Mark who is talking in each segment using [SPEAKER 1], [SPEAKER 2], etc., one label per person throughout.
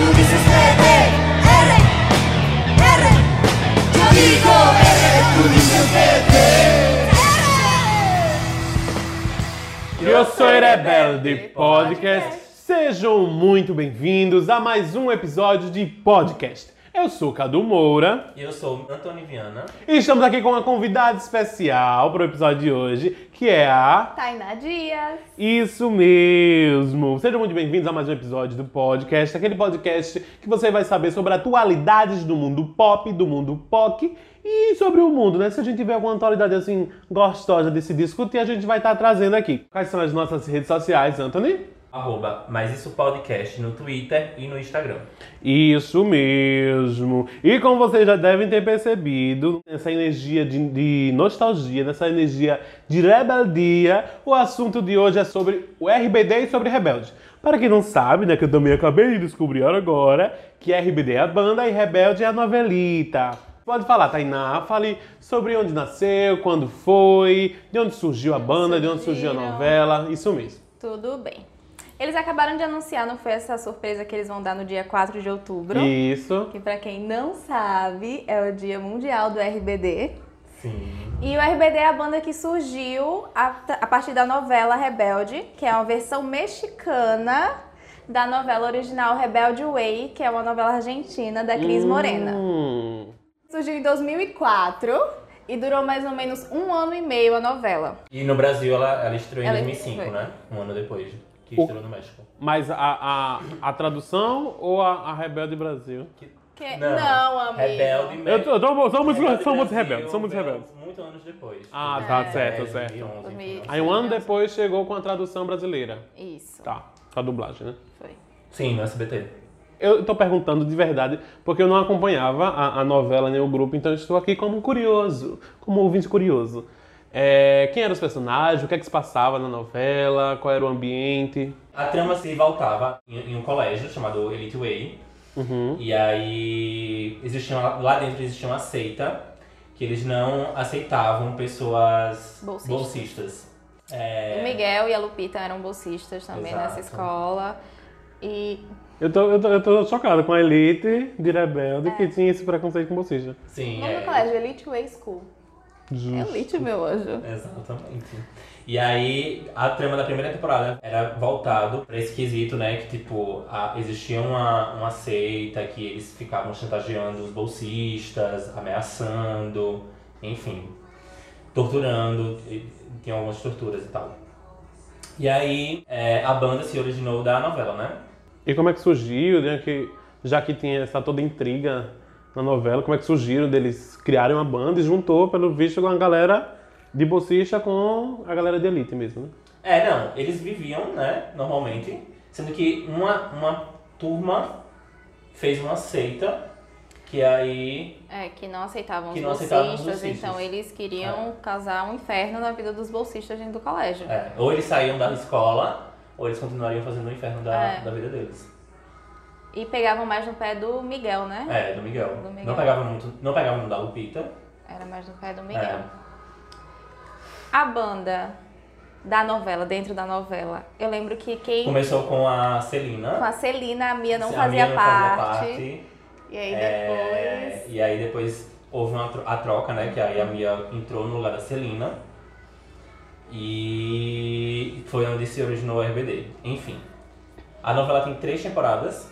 [SPEAKER 1] sucede. R, R, yo digo R, tú dices R.
[SPEAKER 2] Eu sou Rebelde Podcast. Sejam muito bem-vindos a mais um episódio de podcast. Eu sou Cadu Moura
[SPEAKER 3] E eu sou Antônio Viana.
[SPEAKER 2] e estamos aqui com uma convidada especial para o episódio de hoje, que é a
[SPEAKER 1] Tainá Dias.
[SPEAKER 2] Isso mesmo. Sejam muito bem-vindos a mais um episódio do podcast, aquele podcast que você vai saber sobre atualidades do mundo pop, do mundo POC e sobre o mundo, né? Se a gente tiver alguma atualidade assim gostosa de se discutir, a gente vai estar trazendo aqui. Quais são as nossas redes sociais, Anthony?
[SPEAKER 3] Arroba, mas isso podcast no Twitter e no Instagram.
[SPEAKER 2] Isso mesmo. E como vocês já devem ter percebido, nessa energia de, de nostalgia, nessa energia de rebeldia, o assunto de hoje é sobre o RBD e sobre Rebelde. Para quem não sabe, né, que eu também acabei de descobrir agora, que RBD é a banda e Rebelde é a novelita. Pode falar, Tainá, fale sobre onde nasceu, quando foi, de onde surgiu a banda, de onde surgiu a
[SPEAKER 4] surgiram.
[SPEAKER 2] novela, isso mesmo.
[SPEAKER 4] Tudo bem. Eles acabaram de anunciar, não foi essa surpresa que eles vão dar no dia 4 de outubro?
[SPEAKER 2] Isso.
[SPEAKER 4] Que pra quem não sabe, é o Dia Mundial do RBD.
[SPEAKER 3] Sim.
[SPEAKER 4] E o RBD é a banda que surgiu a, a partir da novela Rebelde, que é uma versão mexicana da novela original Rebelde Way, que é uma novela argentina da Cris Morena.
[SPEAKER 2] Hum.
[SPEAKER 4] Surgiu em 2004 e durou mais ou menos um ano e meio a novela.
[SPEAKER 3] E no Brasil ela, ela estreou em
[SPEAKER 4] Ela
[SPEAKER 3] 2005,
[SPEAKER 4] foi.
[SPEAKER 3] né? Um ano depois que
[SPEAKER 2] O-
[SPEAKER 3] estreou no México.
[SPEAKER 2] Mas a, a, a tradução ou a, a Rebelde Brasil?
[SPEAKER 4] Que...
[SPEAKER 3] Não,
[SPEAKER 4] Não, amigo.
[SPEAKER 3] Rebelde
[SPEAKER 2] Eu tô, eu tô, somos,
[SPEAKER 3] Rebelde
[SPEAKER 2] somos
[SPEAKER 3] Brasil,
[SPEAKER 2] rebeldes, somos
[SPEAKER 3] Rebelde,
[SPEAKER 2] rebeldes.
[SPEAKER 3] Muitos anos depois.
[SPEAKER 2] Ah,
[SPEAKER 3] Foi
[SPEAKER 2] tá,
[SPEAKER 4] É.
[SPEAKER 3] em
[SPEAKER 2] certo,
[SPEAKER 3] 2010,
[SPEAKER 2] certo.
[SPEAKER 3] 2011, enfim.
[SPEAKER 2] Aí um ano depois chegou com a tradução brasileira.
[SPEAKER 4] Isso,
[SPEAKER 2] Tá, com a dublagem, né?
[SPEAKER 4] foi.
[SPEAKER 3] Sim, no SBT.
[SPEAKER 2] Eu tô perguntando de verdade, porque eu não acompanhava a, a novela nem o grupo, então eu estou aqui como curioso, como ouvinte curioso. É, quem eram os personagens? O que é que se passava na novela? Qual era o ambiente?
[SPEAKER 3] A trama se voltava em, em um colégio chamado Elite Way.
[SPEAKER 2] Uhum.
[SPEAKER 3] E aí existia uma- lá dentro existia uma seita que eles não aceitavam pessoas
[SPEAKER 4] Bolsistas.
[SPEAKER 3] bolsistas. É,
[SPEAKER 4] O Miguel e a Lupita eram bolsistas também
[SPEAKER 3] Exato.
[SPEAKER 4] nessa escola. E
[SPEAKER 2] Eu tô, eu, tô, eu tô chocado com a elite de
[SPEAKER 3] É.
[SPEAKER 2] rebelde que tinha esse preconceito com bolsista.
[SPEAKER 4] o
[SPEAKER 3] Sim,
[SPEAKER 4] nome do
[SPEAKER 3] é,
[SPEAKER 4] colégio é Elite Way School. É Elite, meu anjo.
[SPEAKER 3] Exatamente. E aí, a trama da primeira temporada era voltado pra esse quesito, né? Que, tipo, a- existia uma, uma seita que eles ficavam chantageando os bolsistas, ameaçando, enfim, torturando, e- tinha algumas torturas e tal. E aí, é, a banda se originou da novela, né?
[SPEAKER 2] E como é que surgiu, né, que, já que tinha essa toda intriga na novela, como é que surgiram deles criarem uma banda e juntou, pelo visto, com a galera de bolsista com a galera de elite mesmo, né?
[SPEAKER 3] É, não, eles viviam, né, normalmente, sendo que uma, uma turma fez uma seita que aí
[SPEAKER 4] É, que não aceitavam
[SPEAKER 3] Que
[SPEAKER 4] os
[SPEAKER 3] não
[SPEAKER 4] bolsistas,
[SPEAKER 3] aceitavam os bolsistas.
[SPEAKER 4] então eles queriam causar um inferno na vida dos bolsistas dentro do colégio.
[SPEAKER 3] É, ou eles saíam da escola, ou eles continuariam fazendo o inferno da,
[SPEAKER 4] É.
[SPEAKER 3] da vida deles.
[SPEAKER 4] E pegavam mais no pé do Miguel, né?
[SPEAKER 3] É, do Miguel.
[SPEAKER 4] Do Miguel.
[SPEAKER 3] Não pegava muito, não pegava muito da Lupita.
[SPEAKER 4] Era mais no pé do Miguel.
[SPEAKER 3] É.
[SPEAKER 4] A banda da novela, dentro da novela, eu lembro que quem.
[SPEAKER 3] É, Começou com a
[SPEAKER 4] Com
[SPEAKER 3] Celina.
[SPEAKER 4] a Celina, a Mia não,
[SPEAKER 3] A
[SPEAKER 4] fazia,
[SPEAKER 3] Mia não
[SPEAKER 4] parte, E aí
[SPEAKER 3] É,
[SPEAKER 4] depois.
[SPEAKER 3] e aí depois houve uma, tro- a troca, né? Que aí a Mia entrou no lugar da Celina. E foi onde se originou o RBD. Enfim. A novela tem três temporadas.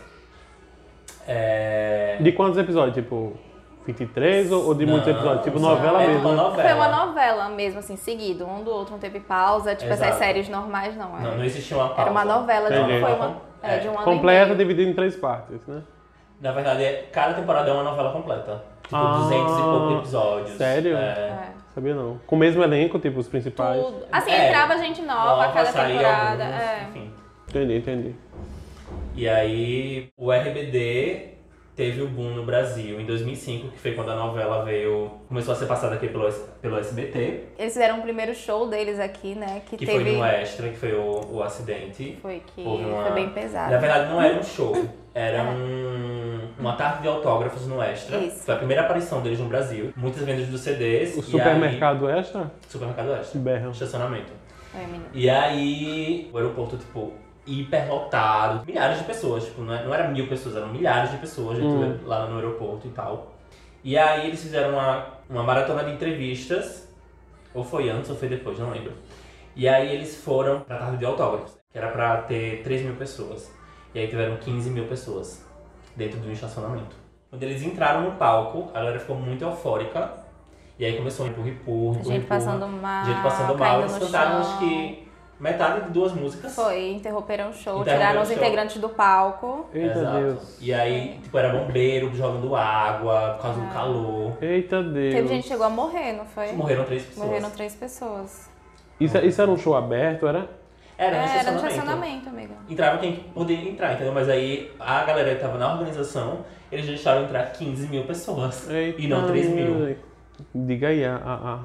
[SPEAKER 3] É...
[SPEAKER 2] De quantos episódios? Tipo, 23 ou, ou de muitos
[SPEAKER 3] Não,
[SPEAKER 2] episódios? Tipo,
[SPEAKER 3] são-
[SPEAKER 2] novela
[SPEAKER 3] é uma
[SPEAKER 2] mesmo, né?
[SPEAKER 3] novela.
[SPEAKER 4] Foi uma novela mesmo, assim, seguido, um do outro, não teve pausa, tipo
[SPEAKER 3] Exato.
[SPEAKER 4] essas séries normais, não. é. Era,
[SPEAKER 3] Não, não existia uma pausa.
[SPEAKER 4] era uma novela, de,
[SPEAKER 2] Entendi.
[SPEAKER 4] foi uma, é, de um ano
[SPEAKER 2] Completa,
[SPEAKER 4] e meio.
[SPEAKER 2] dividida em três partes, né?
[SPEAKER 3] Na verdade, é- cada temporada é uma novela completa. Tipo,
[SPEAKER 2] Ah,
[SPEAKER 3] 200 e poucos episódios.
[SPEAKER 2] sério?
[SPEAKER 3] É.
[SPEAKER 4] É.
[SPEAKER 2] Sabia não. Com o mesmo elenco, tipo, os principais.
[SPEAKER 4] Tudo. Assim,
[SPEAKER 3] É,
[SPEAKER 4] entrava gente nova a cada
[SPEAKER 3] saía
[SPEAKER 4] temporada.
[SPEAKER 3] alguns,
[SPEAKER 4] é.
[SPEAKER 3] Enfim.
[SPEAKER 2] Entendi, entendi.
[SPEAKER 3] E aí, o RBD teve o boom no Brasil em 2005, que foi quando a novela veio... Começou a ser passada aqui pelo, S- pelo SBT.
[SPEAKER 4] Eles fizeram o primeiro show deles aqui, né? Que,
[SPEAKER 3] Que foi
[SPEAKER 4] teve.
[SPEAKER 3] no Extra, que foi o, o acidente.
[SPEAKER 4] foi que
[SPEAKER 3] Houve uma-
[SPEAKER 4] foi bem
[SPEAKER 3] Na
[SPEAKER 4] pesado. É.
[SPEAKER 3] verdade, não era um show. Era um- uma tarde de autógrafos no Extra.
[SPEAKER 4] Isso.
[SPEAKER 3] Foi a primeira aparição deles no Brasil. Muitas vendas dos CDs.
[SPEAKER 2] O
[SPEAKER 3] e
[SPEAKER 2] supermercado extra?
[SPEAKER 3] Aí, supermercado Extra.
[SPEAKER 2] Berram.
[SPEAKER 3] Estacionamento.
[SPEAKER 4] Foi, menino.
[SPEAKER 3] E aí, o aeroporto, tipo, hiperlotado. Milhares de pessoas, tipo, não é- não era mil pessoas, eram milhares de pessoas
[SPEAKER 2] Hum.
[SPEAKER 3] lá no aeroporto e tal. E aí eles fizeram uma, uma maratona de entrevistas, ou foi antes ou foi depois, não lembro. E aí eles foram pra tarde de autógrafos, que era pra ter 3 mil pessoas. E aí tiveram 15 mil pessoas dentro de um estacionamento. Quando eles entraram no palco, a galera ficou muito eufórica. E aí começou um empurra-empurra,
[SPEAKER 4] Gente passando mal,
[SPEAKER 3] gente passando mal.
[SPEAKER 4] caindo
[SPEAKER 3] Eles
[SPEAKER 4] no
[SPEAKER 3] cantaram
[SPEAKER 4] chão.
[SPEAKER 3] acho que metade de duas músicas.
[SPEAKER 4] Foi, interromperam o show,
[SPEAKER 3] Interromperam
[SPEAKER 4] tiraram os
[SPEAKER 3] o show.
[SPEAKER 4] integrantes do palco.
[SPEAKER 2] Eita
[SPEAKER 3] Exato.
[SPEAKER 2] Deus.
[SPEAKER 3] E aí, tipo, era bombeiro jogando água por causa
[SPEAKER 4] Ah.
[SPEAKER 3] do calor.
[SPEAKER 2] Eita Deus.
[SPEAKER 4] Teve gente que chegou a morrer, não foi?
[SPEAKER 3] Morreram três pessoas.
[SPEAKER 4] É. Morreram três pessoas.
[SPEAKER 2] Isso, isso era um show aberto, era?
[SPEAKER 3] Era,
[SPEAKER 4] É,
[SPEAKER 3] no
[SPEAKER 4] era no
[SPEAKER 3] estacionamento.
[SPEAKER 4] estacionamento, amiga.
[SPEAKER 3] Entrava quem podia entrar, entendeu? Mas aí a galera que tava na organização, eles deixaram entrar 15 mil pessoas.
[SPEAKER 2] Eita,
[SPEAKER 3] e não 3 mil.
[SPEAKER 2] ai. Diga aí, a, a, a-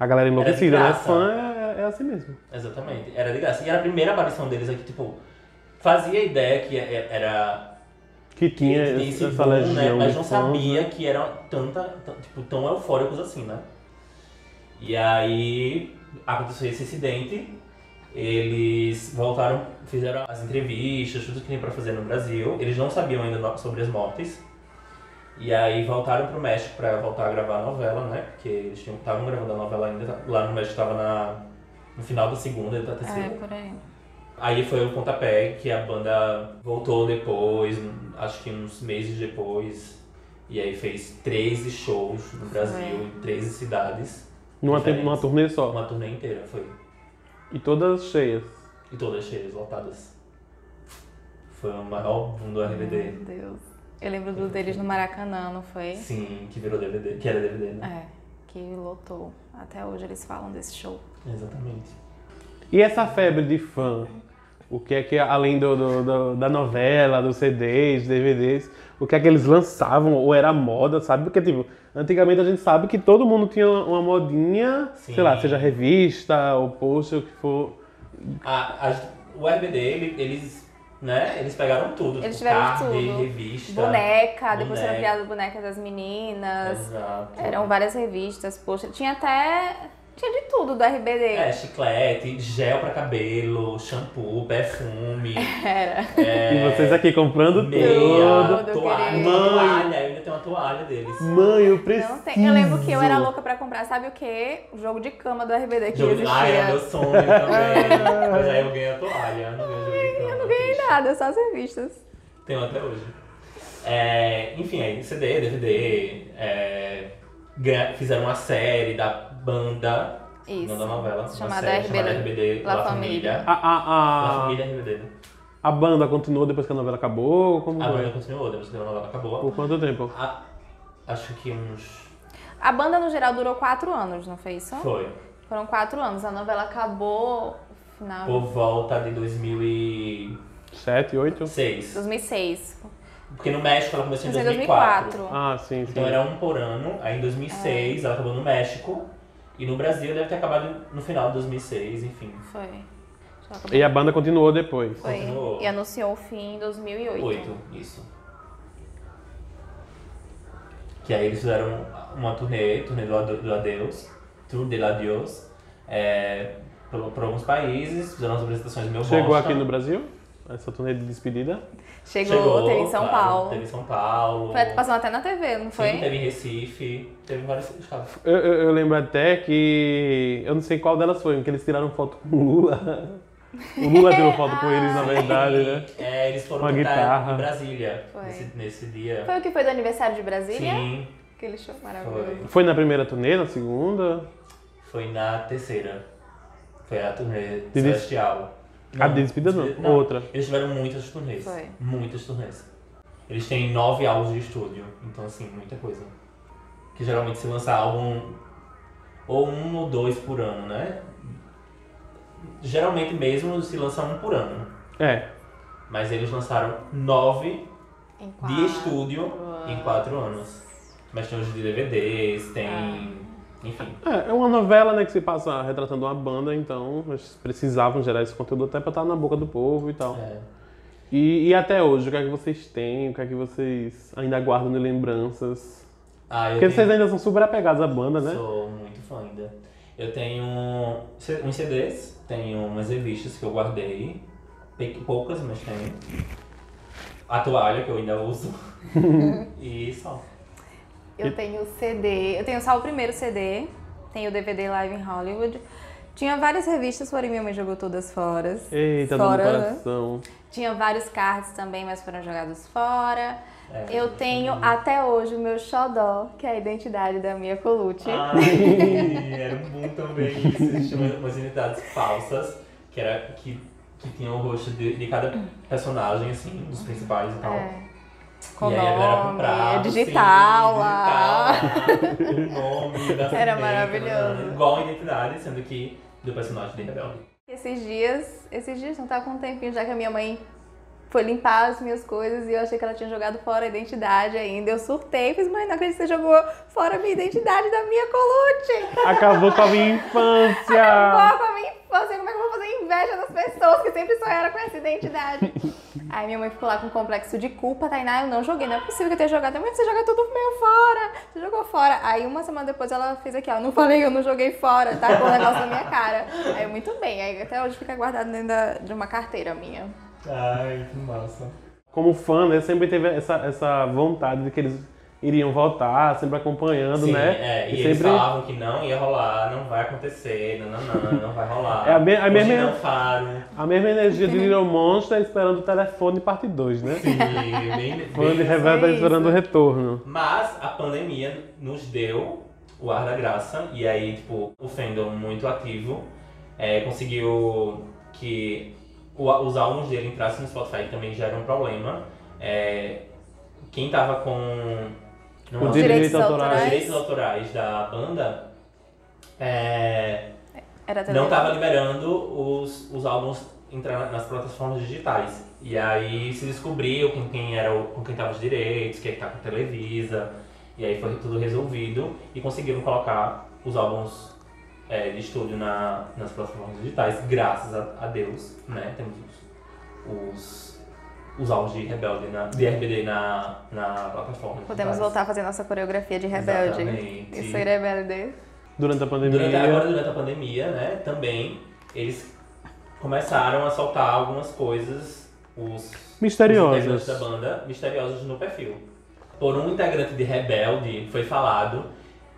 [SPEAKER 2] a galera enlouquecida, né?
[SPEAKER 3] graça.
[SPEAKER 2] Fã é, é assim mesmo.
[SPEAKER 3] Exatamente. Era de graça. E era a primeira aparição deles aqui, tipo, fazia ideia que é- era
[SPEAKER 2] Que tinha
[SPEAKER 3] que tem
[SPEAKER 2] essa,
[SPEAKER 3] esse
[SPEAKER 2] essa
[SPEAKER 3] boom,
[SPEAKER 2] legião
[SPEAKER 3] né? Mas
[SPEAKER 2] de
[SPEAKER 3] não
[SPEAKER 2] fãs,
[SPEAKER 3] sabia
[SPEAKER 2] né?
[SPEAKER 3] que eram tanta, tão, tipo, tão eufóricos assim, né? E aí aconteceu esse incidente, eles voltaram, fizeram as entrevistas, tudo que tem pra fazer no Brasil. Eles não sabiam ainda no- sobre as mortes. E aí voltaram pro México pra voltar a gravar a novela, né? Porque eles tinham- estavam gravando a novela ainda, lá no México tava na, no final da segunda e da terceira.
[SPEAKER 4] É, por aí.
[SPEAKER 3] Aí foi o pontapé que a banda voltou depois, acho que uns meses depois. E aí fez 13 shows no Brasil, em 13 cidades.
[SPEAKER 2] Numa, tem-
[SPEAKER 3] diferentes.
[SPEAKER 2] numa turnê só.
[SPEAKER 3] Uma turnê inteira, foi.
[SPEAKER 2] E todas cheias.
[SPEAKER 3] E todas cheias, lotadas. Foi o maior boom do RBD.
[SPEAKER 4] Meu Deus. Eu lembro do deles no Maracanã, não foi?
[SPEAKER 3] Sim, que virou DVD, que era DVD, né?
[SPEAKER 4] É, que lotou. Até hoje eles falam desse show.
[SPEAKER 3] Exatamente.
[SPEAKER 2] E essa febre de fã? O que é que, além do, do- do- da novela, dos CDs, DVDs, o que é que eles lançavam? Ou era moda, sabe? Porque, tipo, antigamente a gente sabe que todo mundo tinha uma, uma modinha,
[SPEAKER 3] Sim.
[SPEAKER 2] sei lá, seja revista ou pôster, o que for.
[SPEAKER 3] A, a- o RBD, ele- eles, né, eles pegaram tudo.
[SPEAKER 4] Eles
[SPEAKER 3] tipo,
[SPEAKER 4] tiveram
[SPEAKER 3] card,
[SPEAKER 4] tudo.
[SPEAKER 3] revista.
[SPEAKER 4] Boneca, depois foram
[SPEAKER 3] boneca.
[SPEAKER 4] criadas bonecas das meninas.
[SPEAKER 3] Exato.
[SPEAKER 4] Eram várias revistas, poxa. Tinha até. Tinha de tudo do RBD.
[SPEAKER 3] É, chiclete, gel pra cabelo, shampoo, perfume, é,
[SPEAKER 4] Era.
[SPEAKER 2] E vocês aqui comprando
[SPEAKER 3] meia,
[SPEAKER 4] Tudo,
[SPEAKER 3] toalha,
[SPEAKER 4] querido.
[SPEAKER 3] toalha, eu ainda tem uma toalha deles.
[SPEAKER 2] tudo. Mãe, eu preciso.
[SPEAKER 4] Não tem. Eu lembro que eu era louca pra comprar, sabe o quê? O jogo de cama do RBD que
[SPEAKER 3] Jogo de ah, era meu
[SPEAKER 4] existia.
[SPEAKER 3] sonho também. Mas aí eu ganhei a toalha, eu não ganhei o jogo de cama,
[SPEAKER 4] Eu não ganhei
[SPEAKER 3] triste.
[SPEAKER 4] nada, só as revistas.
[SPEAKER 3] Tenho até hoje. É, enfim, aí CD, DVD, é, gra- fizeram uma série da banda,
[SPEAKER 4] Isso.
[SPEAKER 3] não da novela, uma
[SPEAKER 4] Chamada
[SPEAKER 3] série chamada
[SPEAKER 4] RBD,
[SPEAKER 3] RBD,
[SPEAKER 4] La
[SPEAKER 3] La Família.
[SPEAKER 2] A,
[SPEAKER 3] La
[SPEAKER 2] a, a,
[SPEAKER 3] Família é RBD.
[SPEAKER 2] a banda continuou depois que a novela acabou? Como
[SPEAKER 3] A banda
[SPEAKER 2] foi?
[SPEAKER 3] continuou, depois que a novela acabou.
[SPEAKER 2] Por quanto tempo?
[SPEAKER 3] A- Ah, acho que uns.
[SPEAKER 4] A banda, no geral, durou quatro anos, não foi isso?
[SPEAKER 3] Foi.
[SPEAKER 4] Foram quatro anos. A novela acabou no final
[SPEAKER 3] Por
[SPEAKER 4] de
[SPEAKER 3] volta de 2006.
[SPEAKER 2] Sete, oito?
[SPEAKER 4] 2006.
[SPEAKER 3] Porque no México ela começou em
[SPEAKER 4] Começou em
[SPEAKER 3] 2004.
[SPEAKER 4] 2004.
[SPEAKER 2] Ah, sim, sim.
[SPEAKER 3] Então era um por ano. Aí em 2006 ela acabou no México. E no Brasil deve ter acabado no final de 2006, enfim.
[SPEAKER 4] Foi. Deixa eu acabar.
[SPEAKER 2] E a banda continuou depois.
[SPEAKER 4] Foi.
[SPEAKER 3] Continuou.
[SPEAKER 4] E anunciou o fim em 2008.
[SPEAKER 3] Oito, isso. Que aí eles fizeram uma turnê, turnê do, Ade- do Adeus, Tour de Adios, é, por, por alguns países, fizeram as apresentações do meu
[SPEAKER 2] Chegou
[SPEAKER 3] Bosta.
[SPEAKER 2] aqui no Brasil? Essa turnê de despedida?
[SPEAKER 4] Chegou, teve em São
[SPEAKER 3] claro,
[SPEAKER 4] Paulo.
[SPEAKER 3] Teve em São Paulo.
[SPEAKER 4] Foi, passou até na TV, não foi?
[SPEAKER 3] Sim, teve em Recife, teve em vários estados.
[SPEAKER 2] Eu, eu- eu lembro até que. Eu não sei qual delas foi, porque eles tiraram foto com o Lula. O Lula tirou foto com eles, na verdade, né?
[SPEAKER 3] E, é, eles foram
[SPEAKER 2] Uma
[SPEAKER 3] cantar
[SPEAKER 2] guitarra.
[SPEAKER 3] em Brasília
[SPEAKER 4] Foi.
[SPEAKER 3] nesse, nesse dia.
[SPEAKER 4] Foi o que foi do aniversário de Brasília?
[SPEAKER 3] Sim,
[SPEAKER 4] Aquele show maravilhoso.
[SPEAKER 3] foi.
[SPEAKER 2] Foi na primeira turnê, na segunda?
[SPEAKER 3] Foi na terceira. Foi a turnê
[SPEAKER 2] des-
[SPEAKER 3] celestial.
[SPEAKER 2] Ah, de despedida não, outra.
[SPEAKER 3] Eles tiveram muitas turnês.
[SPEAKER 4] Foi.
[SPEAKER 3] Muitas turnês. Eles têm nove álbuns de estúdio, então assim, muita coisa. Que geralmente se lança álbum ou um ou dois por ano, né? Geralmente mesmo se lança um por ano.
[SPEAKER 2] É.
[SPEAKER 3] Mas eles lançaram nove
[SPEAKER 4] Em
[SPEAKER 3] de estúdio em quatro anos. Mas tem os de DVDs, tem. Enfim.
[SPEAKER 2] É, é uma novela, né, que se passa retratando uma banda, então eles precisavam gerar esse conteúdo até pra estar na boca do povo e tal.
[SPEAKER 3] É.
[SPEAKER 2] E, e até hoje, o que é que vocês têm? O que é que vocês ainda guardam de lembranças?
[SPEAKER 3] Ah, eu
[SPEAKER 2] Porque
[SPEAKER 3] tenho-
[SPEAKER 2] vocês ainda são super apegados à banda, né?
[SPEAKER 3] Sou muito fã ainda. Eu tenho c- uns CDs, tenho umas revistas que eu guardei. pe- poucas, mas tem. A toalha, que eu ainda uso. e só.
[SPEAKER 4] Eu tenho CD, eu tenho só o primeiro CD, tenho o DVD Live em Hollywood. Tinha várias revistas, porém minha mãe jogou todas fora.
[SPEAKER 2] Eita, dor no
[SPEAKER 4] fora, né?
[SPEAKER 2] coração.
[SPEAKER 4] Tinha vários cards também, mas foram jogados fora.
[SPEAKER 3] É.
[SPEAKER 4] Eu tenho até hoje o meu xodó, que é a identidade da minha Colucci.
[SPEAKER 3] Ah, Ai, era bom também isso. Existiam umas unidades falsas, que era que, que tinha o rosto de, de cada personagem, assim, dos principais e tal.
[SPEAKER 4] É. Com
[SPEAKER 3] e aí a galera assim,
[SPEAKER 4] nome, é
[SPEAKER 3] comprava.
[SPEAKER 4] digital ah.
[SPEAKER 3] sim,
[SPEAKER 4] lá.
[SPEAKER 3] digital, o nome da
[SPEAKER 4] Era
[SPEAKER 3] ascendente,
[SPEAKER 4] maravilhoso.
[SPEAKER 3] né? Igual a identidade, sendo que do personagem de Rebelde.
[SPEAKER 4] Esses dias, esses dias não tá com um tempinho já que a minha mãe foi limpar as minhas coisas e eu achei que ela tinha jogado fora a identidade ainda. Eu surtei, fiz, mãe, não acredito que você jogou fora a minha identidade da minha Colucci.
[SPEAKER 2] Acabou com a minha infância.
[SPEAKER 4] Acabou com a minha infância, como é que eu vou fazer inveja das pessoas que sempre sonharam com essa identidade? Aí minha mãe ficou lá com um complexo de culpa, Tainá, eu não joguei, não é possível que eu tenha jogado. Mãe, você joga tudo meu fora, você jogou fora. Aí uma semana depois ela fez aqui, ó, não falei, eu não joguei fora, tá com o negócio na minha cara. Aí eu, muito bem, aí até hoje fica guardado dentro da- de uma carteira minha.
[SPEAKER 3] Ai, que massa.
[SPEAKER 2] Como fã, né? Sempre teve essa, essa vontade de que eles iriam voltar, sempre acompanhando,
[SPEAKER 3] Sim,
[SPEAKER 2] né?
[SPEAKER 3] é, e, eles falavam que não ia rolar, não vai acontecer, não, não, não, não vai rolar.
[SPEAKER 2] É a me- a
[SPEAKER 3] Hoje
[SPEAKER 2] mesma-
[SPEAKER 3] Não faro.
[SPEAKER 2] A mesma energia de Little Monster esperando o telefone parte 2, né?
[SPEAKER 3] Sim, bem, bem
[SPEAKER 2] Quando de Revel tá
[SPEAKER 4] é isso.
[SPEAKER 2] esperando o retorno.
[SPEAKER 3] Mas a pandemia nos deu o ar da graça, e aí, tipo, o fandom muito ativo é, conseguiu que o- os álbuns dele entrassem no Spotify, que também já era um problema. É, quem tava com.
[SPEAKER 2] Os
[SPEAKER 3] não, é
[SPEAKER 4] direitos
[SPEAKER 2] direitos
[SPEAKER 3] os
[SPEAKER 2] autorais.
[SPEAKER 4] autorais.
[SPEAKER 3] direitos autorais da banda. É,
[SPEAKER 4] Era
[SPEAKER 3] não estava liberando os, os álbuns entrar na- nas plataformas digitais. E aí se descobriu com quem era o- com quem tava os direitos, quem tá com Televisa. E aí foi tudo resolvido e conseguiram colocar os álbuns é, de estúdio na, nas plataformas digitais, graças a, a Deus, né? Temos os, os, os álbuns de Rebelde, na, de RBD na, na plataforma.
[SPEAKER 4] Podemos
[SPEAKER 3] digitais.
[SPEAKER 4] voltar a fazer nossa coreografia de rebelde.
[SPEAKER 3] Exatamente.
[SPEAKER 4] Isso aí, rebelde.
[SPEAKER 2] Durante a pandemia.
[SPEAKER 3] Durante, agora, durante a pandemia, né, também, eles começaram a soltar algumas coisas, os,
[SPEAKER 2] Misteriosas.
[SPEAKER 3] os integrantes da banda, misteriosas no perfil. Por um integrante de Rebelde, foi falado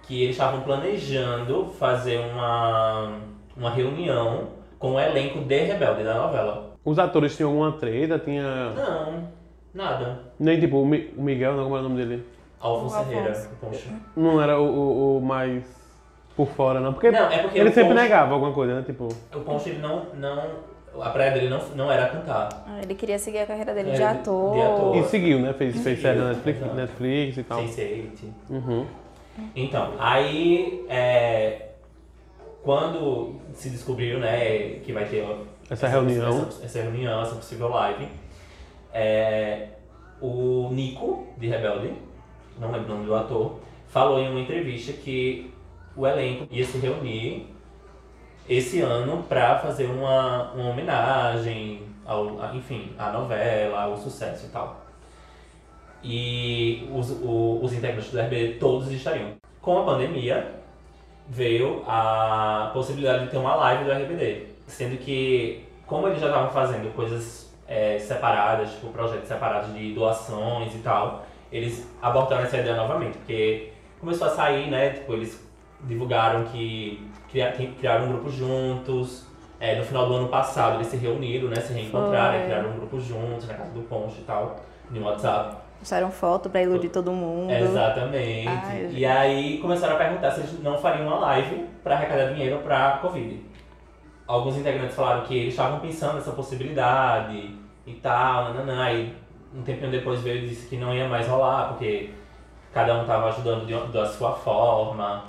[SPEAKER 3] que eles estavam planejando fazer uma, uma reunião com o elenco de Rebelde, da novela.
[SPEAKER 2] Os atores tinham alguma treta, tinha.
[SPEAKER 3] Não, nada.
[SPEAKER 2] Nem tipo, o, Mi- o Miguel, não, como era o nome dele?
[SPEAKER 3] Alfonso
[SPEAKER 4] O Alfonso.
[SPEAKER 3] Ferreira, poxa.
[SPEAKER 2] Não era o, o- o mais por fora, não. Porque,
[SPEAKER 3] Não, é porque
[SPEAKER 2] ele
[SPEAKER 3] o
[SPEAKER 2] sempre
[SPEAKER 3] Poncho-
[SPEAKER 2] negava alguma coisa, né? Tipo.
[SPEAKER 3] O Poncho, ele não, não... A praia dele não, não era cantar.
[SPEAKER 4] Ah, Ele queria seguir a carreira dele
[SPEAKER 3] É,
[SPEAKER 4] de
[SPEAKER 3] de-
[SPEAKER 4] ator.
[SPEAKER 3] de ator.
[SPEAKER 2] E seguiu, né? Fez, fez
[SPEAKER 3] Seguiu,
[SPEAKER 2] série na Netflix,
[SPEAKER 3] exato.
[SPEAKER 2] Netflix e tal.
[SPEAKER 3] Sense8.
[SPEAKER 2] Uhum.
[SPEAKER 3] Então, aí é, quando se descobriu, né, que vai ter
[SPEAKER 2] Essa reunião.
[SPEAKER 3] essa, essa reunião, essa possível live, é, o Nico de Rebelde, não lembro o nome do ator, falou em uma entrevista que o elenco ia se reunir esse ano pra fazer uma, uma homenagem ao, a- enfim, à novela, ao sucesso e tal. E os, o- os integrantes do RB todos estariam. Com a pandemia, veio a possibilidade de ter uma live do RBD. Sendo que, como eles já estavam fazendo coisas é, separadas, tipo projetos separados de doações e tal, eles abortaram essa ideia novamente, porque começou a sair, né? Tipo, eles divulgaram que cria- que criaram um grupo juntos. É, no final do ano passado eles se reuniram, né? Se reencontraram,
[SPEAKER 4] Foi.
[SPEAKER 3] criaram um grupo juntos na casa do Poncho e tal, no WhatsApp.
[SPEAKER 4] Postaram foto pra iludir todo mundo.
[SPEAKER 3] é, Exatamente.
[SPEAKER 4] Ai, gente.
[SPEAKER 3] e aí começaram a perguntar se eles não fariam uma live pra arrecadar dinheiro pra Covid. Alguns integrantes falaram que eles estavam pensando nessa possibilidade e tal, nananã. Aí um tempinho depois veio e disse que não ia mais rolar, porque cada um tava ajudando de uma- da sua forma.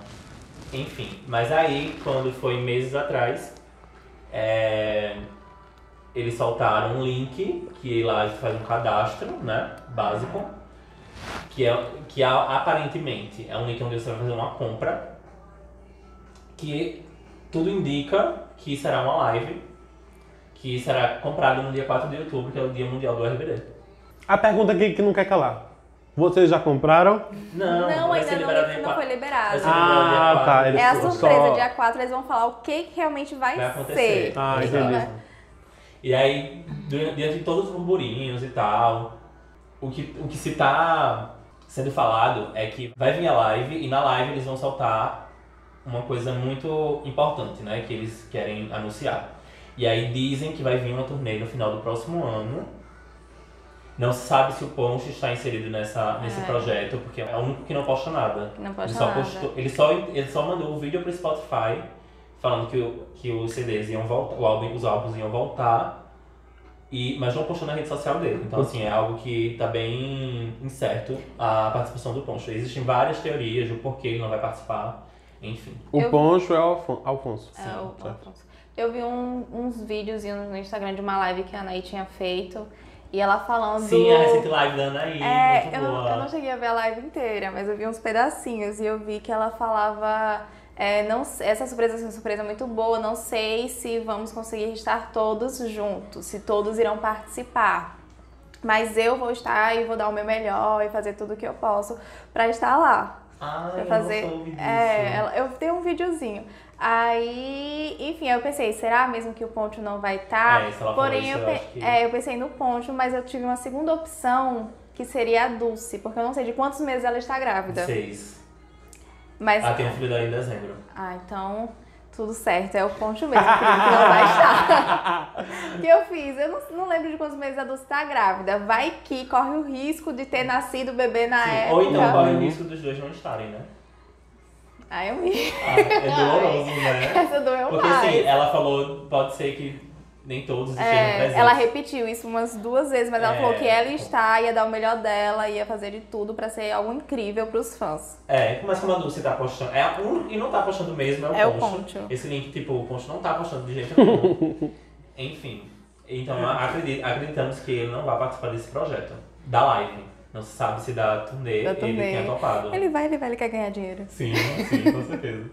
[SPEAKER 3] Enfim, mas aí quando foi meses atrás, é, eles soltaram um link que lá faz um cadastro, né? Básico. Que, é, que a- aparentemente é um link onde você vai fazer uma compra. Que tudo indica que será uma live. Que será comprada no dia 4 de outubro, que é o dia mundial do RBD.
[SPEAKER 2] A pergunta que, que não quer calar. Vocês já compraram?
[SPEAKER 3] Não,
[SPEAKER 4] Não,
[SPEAKER 3] vai
[SPEAKER 4] ainda
[SPEAKER 3] ser
[SPEAKER 4] não,
[SPEAKER 3] liberado dia
[SPEAKER 4] não foi
[SPEAKER 3] 4.
[SPEAKER 4] liberado.
[SPEAKER 3] Vai ser tipo, liberado dia
[SPEAKER 2] Ah,
[SPEAKER 3] 4.
[SPEAKER 2] tá, eles
[SPEAKER 4] É a
[SPEAKER 2] Só-
[SPEAKER 4] surpresa, dia 4 eles vão falar o que que realmente vai,
[SPEAKER 3] Vai acontecer. tá?
[SPEAKER 4] ser.
[SPEAKER 2] Ah,
[SPEAKER 3] Exato.
[SPEAKER 2] entendi.
[SPEAKER 4] Vai-
[SPEAKER 3] E aí du- diante de todos os burburinhos e tal, o que, o que se tá sendo falado é que vai vir a live e na live eles vão soltar uma coisa muito importante, né? Que eles querem anunciar. E aí dizem que vai vir uma turnê no final do próximo ano. Não se sabe se o Poncho está inserido nessa, nesse
[SPEAKER 4] É.
[SPEAKER 3] projeto, porque é o único que não posta nada.
[SPEAKER 4] Não
[SPEAKER 3] Ele
[SPEAKER 4] posta
[SPEAKER 3] só,
[SPEAKER 4] nada.
[SPEAKER 3] postou- ele, só, ele só mandou o vídeo pro Spotify falando que, o- que os CDs iam voltar, o álbum- os álbuns iam voltar, e, mas não postou na rede social dele. Então, assim, é algo que tá bem incerto a participação do Poncho. Existem várias teorias do porquê ele não vai participar, enfim.
[SPEAKER 2] O
[SPEAKER 4] Eu-
[SPEAKER 2] Poncho é o Alfon- Alfonso.
[SPEAKER 4] É, o-
[SPEAKER 2] Tá.
[SPEAKER 4] Alfonso. Eu vi um- uns vídeos no Instagram de uma live que a Anaí tinha feito e ela falando.
[SPEAKER 3] Sim, a recente live da Anaí, muito
[SPEAKER 4] É, eu
[SPEAKER 3] boa.
[SPEAKER 4] não, eu não cheguei a ver a live inteira, mas eu vi uns pedacinhos e eu vi que ela falava. é, não, se- essa surpresa é uma surpresa muito boa, não sei se vamos conseguir estar todos juntos, se todos irão participar. Mas eu vou estar e vou dar o meu melhor e fazer tudo o que eu posso pra estar lá.
[SPEAKER 3] Ai,
[SPEAKER 4] Pra
[SPEAKER 3] Ah, eu
[SPEAKER 4] fazer.
[SPEAKER 3] não soube disso.
[SPEAKER 4] É, ela- eu tenho um videozinho. Aí, enfim, aí eu pensei, será mesmo que o Poncho não vai tá? estar?
[SPEAKER 3] É, isso ela falou,
[SPEAKER 4] Porém,
[SPEAKER 3] isso
[SPEAKER 4] eu,
[SPEAKER 3] eu
[SPEAKER 4] pe-
[SPEAKER 3] acho que-
[SPEAKER 4] é, eu pensei no Poncho, mas eu tive uma segunda opção que seria a Dulce, porque eu não sei de quantos meses ela está grávida.
[SPEAKER 3] Seis.
[SPEAKER 4] Mas.
[SPEAKER 3] Ah, tem um filho dela em dezembro.
[SPEAKER 4] Ah, então tudo certo, é o Poncho mesmo que não vai estar. O que eu fiz? Eu não, não lembro de quantos meses a Dulce está grávida. Vai que corre o risco de ter nascido o bebê na
[SPEAKER 3] Sim.
[SPEAKER 4] época.
[SPEAKER 3] Ou então corre o
[SPEAKER 2] Uhum.
[SPEAKER 3] risco dos dois não estarem, né?
[SPEAKER 4] Aí eu me.
[SPEAKER 3] Ah, é doloroso, né?
[SPEAKER 4] Essa é um doeu
[SPEAKER 3] Porque
[SPEAKER 4] mais.
[SPEAKER 3] assim, ela falou, pode ser que nem todos estejam
[SPEAKER 4] É,
[SPEAKER 3] presentes.
[SPEAKER 4] ela repetiu isso umas duas vezes, mas ela
[SPEAKER 3] É.
[SPEAKER 4] falou que ela está, ia dar o melhor dela, ia fazer de tudo pra ser algo incrível pros fãs.
[SPEAKER 3] É, mas como a Dulce tá postando. É, um, e não tá postando mesmo, é o
[SPEAKER 4] É o
[SPEAKER 3] Poncho.
[SPEAKER 4] Poncho.
[SPEAKER 3] Esse link, tipo, o Poncho não tá postando de jeito nenhum. Enfim. Então acredito, acreditamos que ele não vai participar desse projeto. Da live. Não se sabe se da turnê
[SPEAKER 4] Da
[SPEAKER 3] ele
[SPEAKER 4] turnê.
[SPEAKER 3] tenha topado.
[SPEAKER 4] Ele vai, ele vai, ele quer ganhar dinheiro.
[SPEAKER 3] Sim, sim, com certeza.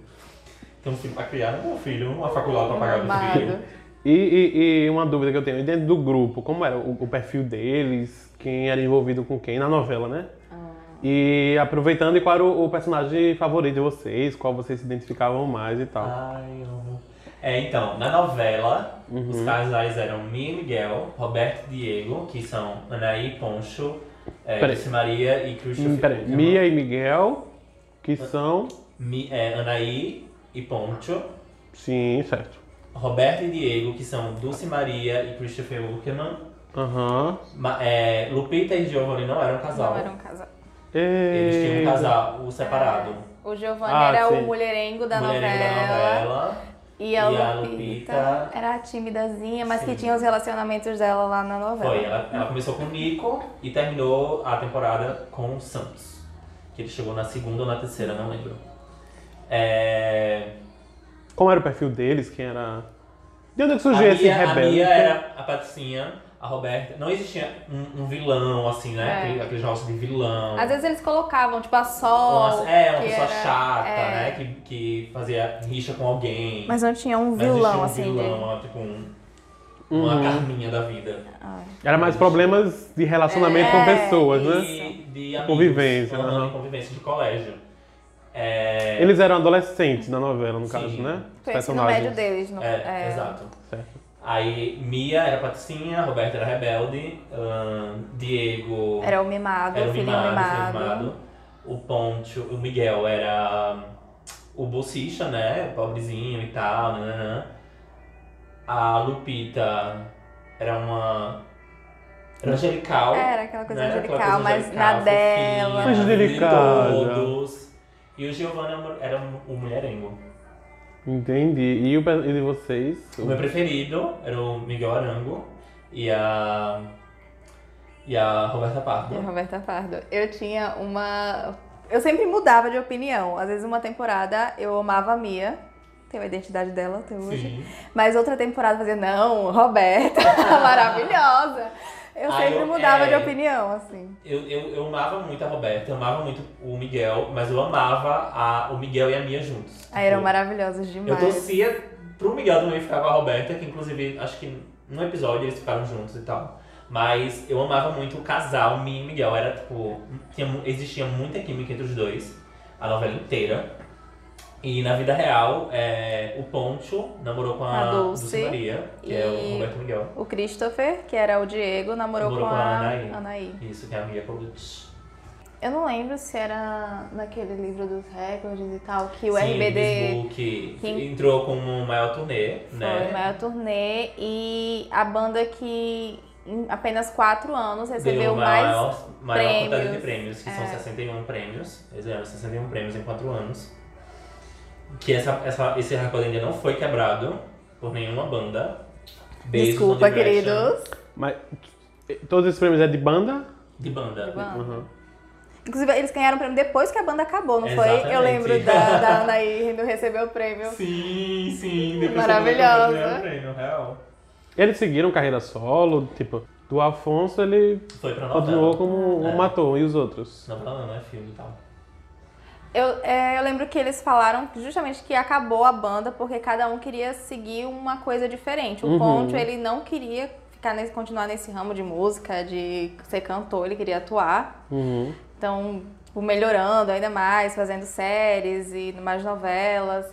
[SPEAKER 3] Tem um filho pra criar, não é um filho, uma faculdade pra pagar pro filho.
[SPEAKER 4] Amado.
[SPEAKER 2] E, e- e uma dúvida que eu tenho, e dentro do grupo, como era o, o perfil deles, quem era envolvido com quem na novela, né?
[SPEAKER 4] Ah.
[SPEAKER 2] E aproveitando, e qual era o, o personagem favorito de vocês, qual vocês se identificavam mais e tal.
[SPEAKER 3] Ai, eu amo. É, então, na novela,
[SPEAKER 2] Uhum.
[SPEAKER 3] os casais eram Mia e Miguel, Roberto e Diego, que são Anaí e Poncho, é,
[SPEAKER 2] Peraí.
[SPEAKER 3] Dulce Maria e Christian.
[SPEAKER 2] Hum, peraí,
[SPEAKER 3] Fitzgerald.
[SPEAKER 2] Mia e Miguel, que são.
[SPEAKER 3] Mi- é, Anaí e Poncho,
[SPEAKER 2] Sim, certo.
[SPEAKER 3] Roberto e Diego, que são Dulce Maria e Christopher Walkerman.
[SPEAKER 2] Aham.
[SPEAKER 3] Ma- é, Lupita e Giovanni não eram casal.
[SPEAKER 4] Não era um casal.
[SPEAKER 3] Eles tinham um
[SPEAKER 2] Eita.
[SPEAKER 3] casal separado.
[SPEAKER 4] O Giovanni
[SPEAKER 2] Ah,
[SPEAKER 4] era
[SPEAKER 2] sim.
[SPEAKER 4] o mulherengo da,
[SPEAKER 3] Mulherengo
[SPEAKER 4] novela,
[SPEAKER 3] da novela.
[SPEAKER 4] E a
[SPEAKER 3] E a
[SPEAKER 4] Lupita
[SPEAKER 3] Lupita.
[SPEAKER 4] era a timidazinha, mas
[SPEAKER 3] Sim.
[SPEAKER 4] que tinha os relacionamentos dela lá na novela.
[SPEAKER 3] Foi, ela, ela começou com o Nico e terminou a temporada com o Santos. Que ele chegou na segunda ou na terceira, não lembro. É...
[SPEAKER 2] Como era o perfil deles? Quem era. De onde é que
[SPEAKER 3] A,
[SPEAKER 2] surgiu esse
[SPEAKER 3] Mia, a
[SPEAKER 2] rebelde?
[SPEAKER 3] Mia era a Patricinha, a Roberta. Não existia um, um vilão, assim, né?
[SPEAKER 4] É.
[SPEAKER 3] Aquele, aquele negócio de vilão.
[SPEAKER 4] Às vezes eles colocavam, tipo, a
[SPEAKER 3] Uma-
[SPEAKER 4] Sol.
[SPEAKER 3] é, uma
[SPEAKER 4] que
[SPEAKER 3] pessoa
[SPEAKER 4] era-
[SPEAKER 3] chata,
[SPEAKER 4] é.
[SPEAKER 3] né? Que, que fazia rixa com alguém.
[SPEAKER 4] Mas não tinha um
[SPEAKER 3] Não existia
[SPEAKER 4] vilão,
[SPEAKER 3] um
[SPEAKER 4] assim. de-
[SPEAKER 3] vilão, tipo um- uma
[SPEAKER 2] Uhum.
[SPEAKER 3] carminha da vida.
[SPEAKER 4] Ah.
[SPEAKER 2] Era mais problemas de relacionamento com
[SPEAKER 4] É,
[SPEAKER 2] pessoas, né?
[SPEAKER 3] E de amigos,
[SPEAKER 2] Convivência,
[SPEAKER 3] aham,
[SPEAKER 2] aham.
[SPEAKER 3] de convivência de colégio. É,
[SPEAKER 2] Eles eram adolescentes na novela, no
[SPEAKER 3] Sim.
[SPEAKER 2] caso, né? Os
[SPEAKER 4] Foi o ensino médio deles. No...
[SPEAKER 3] É,
[SPEAKER 4] é.
[SPEAKER 3] exato.
[SPEAKER 2] Certo.
[SPEAKER 3] Aí Mia era patricinha, Roberto era rebelde, ahn, Diego
[SPEAKER 4] Era o mimado,
[SPEAKER 3] era
[SPEAKER 4] o filhinho
[SPEAKER 3] mimado,
[SPEAKER 4] mimado.
[SPEAKER 3] filho mimado. o Ponte, o Miguel era o bolsista, né? Pobrezinho e tal, nananã. A Lupita era uma era angelical.
[SPEAKER 4] É, Era aquela coisa
[SPEAKER 3] né? Aquela
[SPEAKER 4] angelical,
[SPEAKER 3] coisa
[SPEAKER 4] mas
[SPEAKER 3] angelical,
[SPEAKER 4] na dela.
[SPEAKER 3] fofinha,
[SPEAKER 2] Angelicada.
[SPEAKER 3] de todos. E o Giovanni era o mulherengo.
[SPEAKER 2] Entendi. E, o, pe- e de vocês?
[SPEAKER 3] O meu preferido era o Miguel Arango e a. E a Roberta
[SPEAKER 4] E a
[SPEAKER 3] Pardo.
[SPEAKER 4] Roberta Fardo. Eu tinha uma. Eu sempre mudava de opinião. Às vezes, uma temporada eu amava a Mia. Tenho a identidade dela até hoje.
[SPEAKER 3] Sim.
[SPEAKER 4] Mas outra temporada eu fazia, não, Roberta, maravilhosa. Eu
[SPEAKER 3] Ah,
[SPEAKER 4] sempre
[SPEAKER 3] eu-
[SPEAKER 4] mudava
[SPEAKER 3] é.
[SPEAKER 4] de opinião, assim.
[SPEAKER 3] Eu, eu, eu amava muito a Roberta, eu amava muito o Miguel, mas eu amava a, o Miguel e a Mia juntos.
[SPEAKER 4] Aí Ah, eram
[SPEAKER 3] Tipo,
[SPEAKER 4] maravilhosos
[SPEAKER 3] Eu
[SPEAKER 4] demais.
[SPEAKER 3] torcia pro Miguel também ficar com a Roberta, que inclusive acho que num episódio eles ficaram juntos e tal. Mas eu amava muito o casal, Mia e Miguel. Era tipo. Tinha, mu- existia muita química entre os dois, a novela inteira. E na vida real, é, o Poncho namorou com a,
[SPEAKER 4] A Dulce.
[SPEAKER 3] Dulce Maria, que é o
[SPEAKER 4] E-
[SPEAKER 3] Roberto Miguel.
[SPEAKER 4] O Christopher, que era o Diego, namorou,
[SPEAKER 3] Namorou
[SPEAKER 4] com,
[SPEAKER 3] com a
[SPEAKER 4] a
[SPEAKER 3] Anaí.
[SPEAKER 4] Anaí.
[SPEAKER 3] Isso, que é a Mia Colucci.
[SPEAKER 4] Eu não lembro se era naquele livro dos recordes e tal, que o
[SPEAKER 3] Sim, Miss
[SPEAKER 4] RBD
[SPEAKER 3] Blue, que
[SPEAKER 4] Sim.
[SPEAKER 3] entrou com o maior turnê,
[SPEAKER 4] foi
[SPEAKER 3] né?
[SPEAKER 4] o maior turnê e a banda que em apenas quatro anos recebeu
[SPEAKER 3] Ganhou a
[SPEAKER 4] mais.
[SPEAKER 3] maior, maior quantidade de
[SPEAKER 4] prêmios.
[SPEAKER 3] prêmios, que
[SPEAKER 4] É.
[SPEAKER 3] são 61 prêmios. Eles ganharam 61 prêmios em 4 anos. Que essa, essa, esse recorde ainda não foi quebrado por nenhuma banda. Beijos,
[SPEAKER 4] Desculpa,
[SPEAKER 3] One Direction.
[SPEAKER 4] queridos.
[SPEAKER 2] Mas todos esses prêmios é de banda?
[SPEAKER 3] De banda.
[SPEAKER 4] De banda.
[SPEAKER 2] Uhum.
[SPEAKER 4] Inclusive, eles ganharam o prêmio depois que a banda acabou, não foi? Eu
[SPEAKER 3] Exatamente.
[SPEAKER 4] lembro da, da Anaí Rindo recebeu o prêmio.
[SPEAKER 3] Sim, sim. depois
[SPEAKER 4] Maravilhosa.
[SPEAKER 3] que eu ganhei o prêmio, real.
[SPEAKER 2] Eles seguiram carreira solo, tipo, do Afonso ele
[SPEAKER 3] Foi pra novela.
[SPEAKER 2] continuou como
[SPEAKER 3] Ah, É.
[SPEAKER 2] um ator e os outros.
[SPEAKER 3] Novela não, é filme e tal.
[SPEAKER 4] Eu, é, eu lembro que eles falaram justamente que acabou a banda porque cada um queria seguir uma coisa diferente. O
[SPEAKER 2] Uhum.
[SPEAKER 4] Ponte, ele não queria ficar nesse, continuar nesse ramo de música, de ser cantor, ele queria atuar.
[SPEAKER 2] Uhum.
[SPEAKER 4] Então, tipo, melhorando ainda mais, fazendo séries e mais novelas.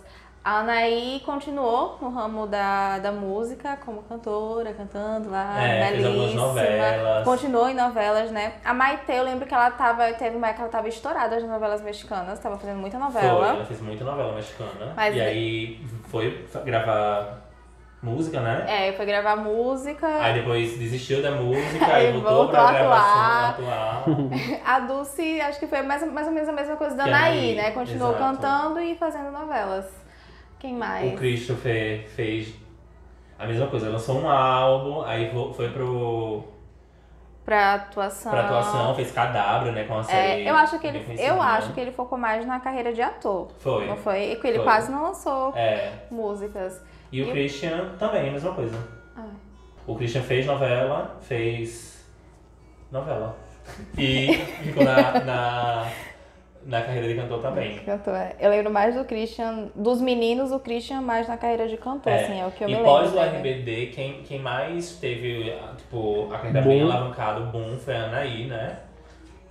[SPEAKER 4] A Anaí continuou no ramo da, da música como cantora, cantando lá,
[SPEAKER 3] É, fez algumas
[SPEAKER 4] belíssima.
[SPEAKER 3] novelas.
[SPEAKER 4] Continuou em novelas, né? A Maite, eu lembro que ela tava, teve uma época que ela tava estourada nas novelas mexicanas, tava fazendo muita
[SPEAKER 3] Foi,
[SPEAKER 4] novela.
[SPEAKER 3] ela fez muita novela mexicana.
[SPEAKER 4] Mas-
[SPEAKER 3] e aí foi fa- gravar música, né?
[SPEAKER 4] É, foi gravar música.
[SPEAKER 3] Aí depois desistiu da música,
[SPEAKER 4] Aí
[SPEAKER 3] aí voltou,
[SPEAKER 4] voltou
[SPEAKER 3] pra
[SPEAKER 4] a
[SPEAKER 3] gravação, atuar.
[SPEAKER 4] A Dulce, acho que foi mais, mais ou menos a mesma coisa da
[SPEAKER 3] Que a
[SPEAKER 4] Anaí,
[SPEAKER 3] Anaí,
[SPEAKER 4] né? Continuou
[SPEAKER 3] exato.
[SPEAKER 4] cantando e fazendo novelas. Quem mais?
[SPEAKER 3] o Christopher fez a mesma coisa, lançou um álbum, aí vo- foi pro,
[SPEAKER 4] Pra atuação.
[SPEAKER 3] pra atuação, fez Cadabra, né, com a série.
[SPEAKER 4] É, eu acho que ele,
[SPEAKER 3] bem conhecida,
[SPEAKER 4] eu
[SPEAKER 3] né?
[SPEAKER 4] acho que ele focou mais na carreira de ator.
[SPEAKER 3] Foi.
[SPEAKER 4] Não foi? E que ele
[SPEAKER 3] Foi.
[SPEAKER 4] quase não lançou
[SPEAKER 3] É,
[SPEAKER 4] músicas.
[SPEAKER 3] e o
[SPEAKER 4] E o-
[SPEAKER 3] Christian também, a mesma coisa.
[SPEAKER 4] Ah.
[SPEAKER 3] O Christian fez novela, fez novela. E ficou na, na, na carreira de cantor também.
[SPEAKER 4] Cantor, é. Eu lembro mais do Christian, dos meninos, o Christian mais na carreira de cantor,
[SPEAKER 3] É,
[SPEAKER 4] assim, é o que eu
[SPEAKER 3] e
[SPEAKER 4] me
[SPEAKER 3] pós
[SPEAKER 4] lembro.
[SPEAKER 3] o
[SPEAKER 4] né?
[SPEAKER 3] RBD, quem, quem mais teve, tipo, a carreira
[SPEAKER 2] Boom.
[SPEAKER 3] bem alavancada, o boom, foi a Anaí, né?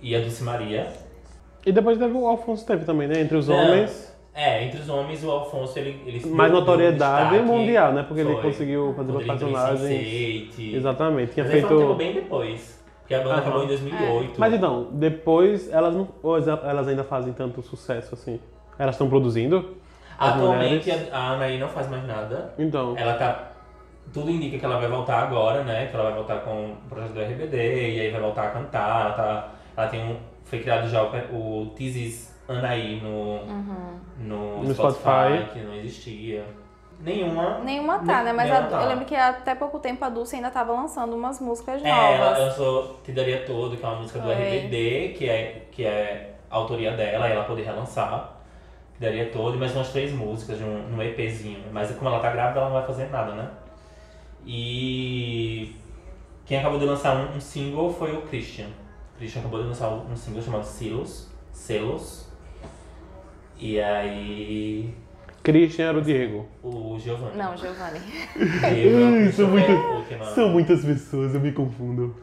[SPEAKER 3] E a Dulce Maria.
[SPEAKER 2] E depois teve o Afonso teve também, né? Entre os
[SPEAKER 3] Não.
[SPEAKER 2] homens.
[SPEAKER 3] É, entre os homens, o Alfonso, ele... ele se
[SPEAKER 2] Mais
[SPEAKER 3] deu- deu
[SPEAKER 2] notoriedade
[SPEAKER 3] destaque.
[SPEAKER 2] mundial, né? Porque ele
[SPEAKER 3] Foi.
[SPEAKER 2] conseguiu fazer
[SPEAKER 3] Quando ele entrou em
[SPEAKER 2] personagens.
[SPEAKER 3] Sense8.
[SPEAKER 2] Exatamente, tinha
[SPEAKER 3] Mas aí
[SPEAKER 2] feito.
[SPEAKER 3] foi um tempo bem depois. Porque a banda
[SPEAKER 2] Aham.
[SPEAKER 3] acabou em 2008.
[SPEAKER 2] Mas então, depois elas não. Ou elas ainda fazem tanto sucesso assim? Elas estão produzindo? as
[SPEAKER 3] Atualmente,
[SPEAKER 2] mulheres?
[SPEAKER 3] a a Anaí não faz mais nada.
[SPEAKER 2] Então.
[SPEAKER 3] Ela tá... Tudo indica que ela vai voltar agora, né? Que ela vai voltar com o projeto do RBD, e aí vai voltar a cantar. Ela, tá- ela tem um... Foi criado já o, o Tizis Anaí no,
[SPEAKER 4] Uhum.
[SPEAKER 3] no,
[SPEAKER 2] No
[SPEAKER 3] Spotify,
[SPEAKER 2] Spotify.
[SPEAKER 3] que não existia. Nenhuma...
[SPEAKER 4] Nenhuma tá, né? Mas a-
[SPEAKER 3] Nenhuma tá.
[SPEAKER 4] eu lembro que até pouco tempo a Dulce ainda tava lançando umas músicas
[SPEAKER 3] É, ela
[SPEAKER 4] novas.
[SPEAKER 3] lançou Te Daria Todo, que é uma música do
[SPEAKER 4] Foi.
[SPEAKER 3] RBD, que é, que é a autoria dela, e ela poder relançar. Te Daria Todo, e mais umas três músicas de um, um EPzinho. Mas como ela tá grávida, ela não vai fazer nada, né? E quem acabou de lançar um, um single foi o Christian. O Christian acabou de lançar um single chamado Selos. Selos. E aí.
[SPEAKER 2] Christian era o Diego.
[SPEAKER 3] O Giovanni.
[SPEAKER 4] Não, Giovanni.
[SPEAKER 3] Diego,
[SPEAKER 2] São
[SPEAKER 3] Christian
[SPEAKER 2] muito-
[SPEAKER 3] foi o último.
[SPEAKER 2] São muitas pessoas, eu me confundo.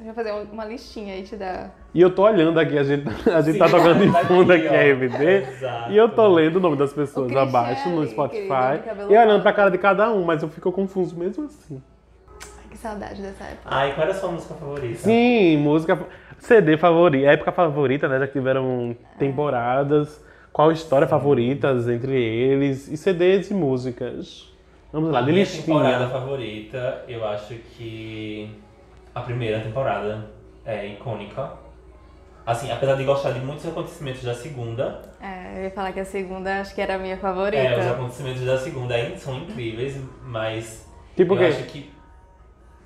[SPEAKER 4] Vou fazer um- uma listinha aí te dar.
[SPEAKER 2] E eu tô olhando aqui, a gente, a gente tá
[SPEAKER 3] Sim,
[SPEAKER 2] tocando de
[SPEAKER 3] tá
[SPEAKER 2] fundo
[SPEAKER 3] aqui,
[SPEAKER 2] aqui a
[SPEAKER 3] ó.
[SPEAKER 2] RBD.
[SPEAKER 3] Exato.
[SPEAKER 2] E eu tô lendo o nome das pessoas
[SPEAKER 4] Christian
[SPEAKER 2] abaixo no
[SPEAKER 4] ali,
[SPEAKER 2] Spotify.
[SPEAKER 3] um
[SPEAKER 4] querido, de cabelo
[SPEAKER 2] E olhando
[SPEAKER 4] branco.
[SPEAKER 2] pra cara de cada um, mas eu fico confuso mesmo assim.
[SPEAKER 4] Ai, que saudade dessa época.
[SPEAKER 3] Ai, qual era a sua música favorita?
[SPEAKER 2] Sim, música. CD favorita, época favorita, né? Já que tiveram temporadas. Qual história favoritas entre eles? E CDs e músicas. Vamos lá,
[SPEAKER 3] A
[SPEAKER 2] de
[SPEAKER 3] minha temporada
[SPEAKER 2] listinha.
[SPEAKER 3] favorita, eu acho que a primeira temporada é icônica. Assim, apesar de gostar de muitos acontecimentos da segunda,
[SPEAKER 4] É, eu ia falar que a segunda acho que era a minha favorita.
[SPEAKER 3] é, os acontecimentos da segunda ainda são incríveis, mas
[SPEAKER 2] Tipo o
[SPEAKER 3] eu
[SPEAKER 2] quê?
[SPEAKER 3] acho que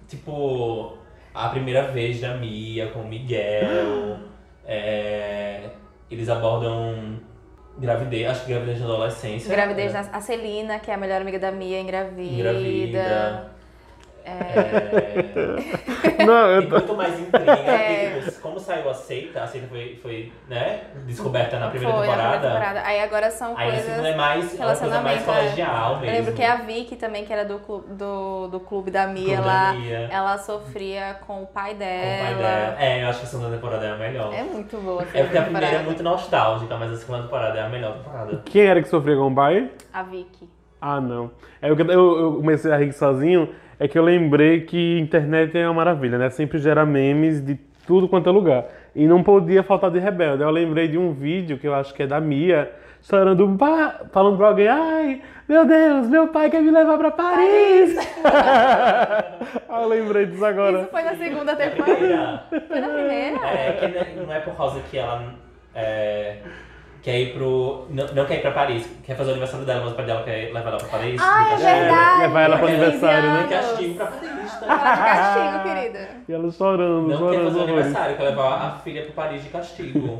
[SPEAKER 3] tipo a primeira vez da Mia com o Miguel, é, eles abordam gravidez, acho que gravidez na adolescência.
[SPEAKER 4] Gravidez
[SPEAKER 3] né?
[SPEAKER 4] da a Celina, que é a melhor amiga da Mia, engravida.
[SPEAKER 3] Engravida. É...
[SPEAKER 2] Não, eu
[SPEAKER 3] Tem
[SPEAKER 2] tô...
[SPEAKER 3] muito mais intriga.
[SPEAKER 4] É.
[SPEAKER 3] E, tipo, como saiu a Seita, a Seita foi, foi né, descoberta na primeira
[SPEAKER 4] Foi na
[SPEAKER 3] temporada.
[SPEAKER 4] primeira temporada. Aí agora são
[SPEAKER 3] Aí a segunda
[SPEAKER 4] coisas.
[SPEAKER 3] é mais é uma coisa mais
[SPEAKER 4] relacionamento, é.
[SPEAKER 3] colegial
[SPEAKER 4] Eu
[SPEAKER 3] mesmo.
[SPEAKER 4] lembro que é a Vicky também, que era do clube, do, do clube da Mia,
[SPEAKER 3] Clube da
[SPEAKER 4] ela,
[SPEAKER 3] Mia.
[SPEAKER 4] ela sofria com o pai
[SPEAKER 3] Com uma
[SPEAKER 4] dela.
[SPEAKER 3] ideia. É, eu acho que a segunda temporada é a melhor.
[SPEAKER 4] É muito boa. essa
[SPEAKER 3] É porque a primeira
[SPEAKER 4] temporada.
[SPEAKER 3] é muito nostálgica, mas a segunda temporada é a melhor temporada.
[SPEAKER 2] Quem era que sofreu com o pai?
[SPEAKER 4] A Vicky.
[SPEAKER 2] Ah, não. É o que eu, eu comecei a rir sozinho, é que eu lembrei que internet é uma maravilha, né? Sempre gera memes de tudo quanto é lugar. E não podia faltar de rebelde. Eu lembrei de um vídeo que eu acho que é da Mia, chorando, "Pá", falando pra alguém, ai, meu Deus, meu pai quer me levar pra Paris! Ah, eu lembrei disso agora.
[SPEAKER 4] Isso foi na segunda
[SPEAKER 3] É a
[SPEAKER 4] temporada.
[SPEAKER 3] primeira.
[SPEAKER 4] Foi na primeira.
[SPEAKER 3] É, que não- não é por causa que ela é, quer ir pro. Não, não quer ir pra Paris, quer fazer o aniversário dela, mas o pai dela quer levar ela pra Paris.
[SPEAKER 4] Ah, é
[SPEAKER 3] de castigo.
[SPEAKER 4] verdade.
[SPEAKER 2] levar ela pro
[SPEAKER 4] 15
[SPEAKER 2] aniversário, né?
[SPEAKER 3] De castigo pra Paris, tá?
[SPEAKER 4] Ela de castigo, querida.
[SPEAKER 2] E ela chorando,
[SPEAKER 3] Não quer
[SPEAKER 2] chorando.
[SPEAKER 3] fazer o
[SPEAKER 2] horrores.
[SPEAKER 3] aniversário, quer levar a filha pro Paris de castigo.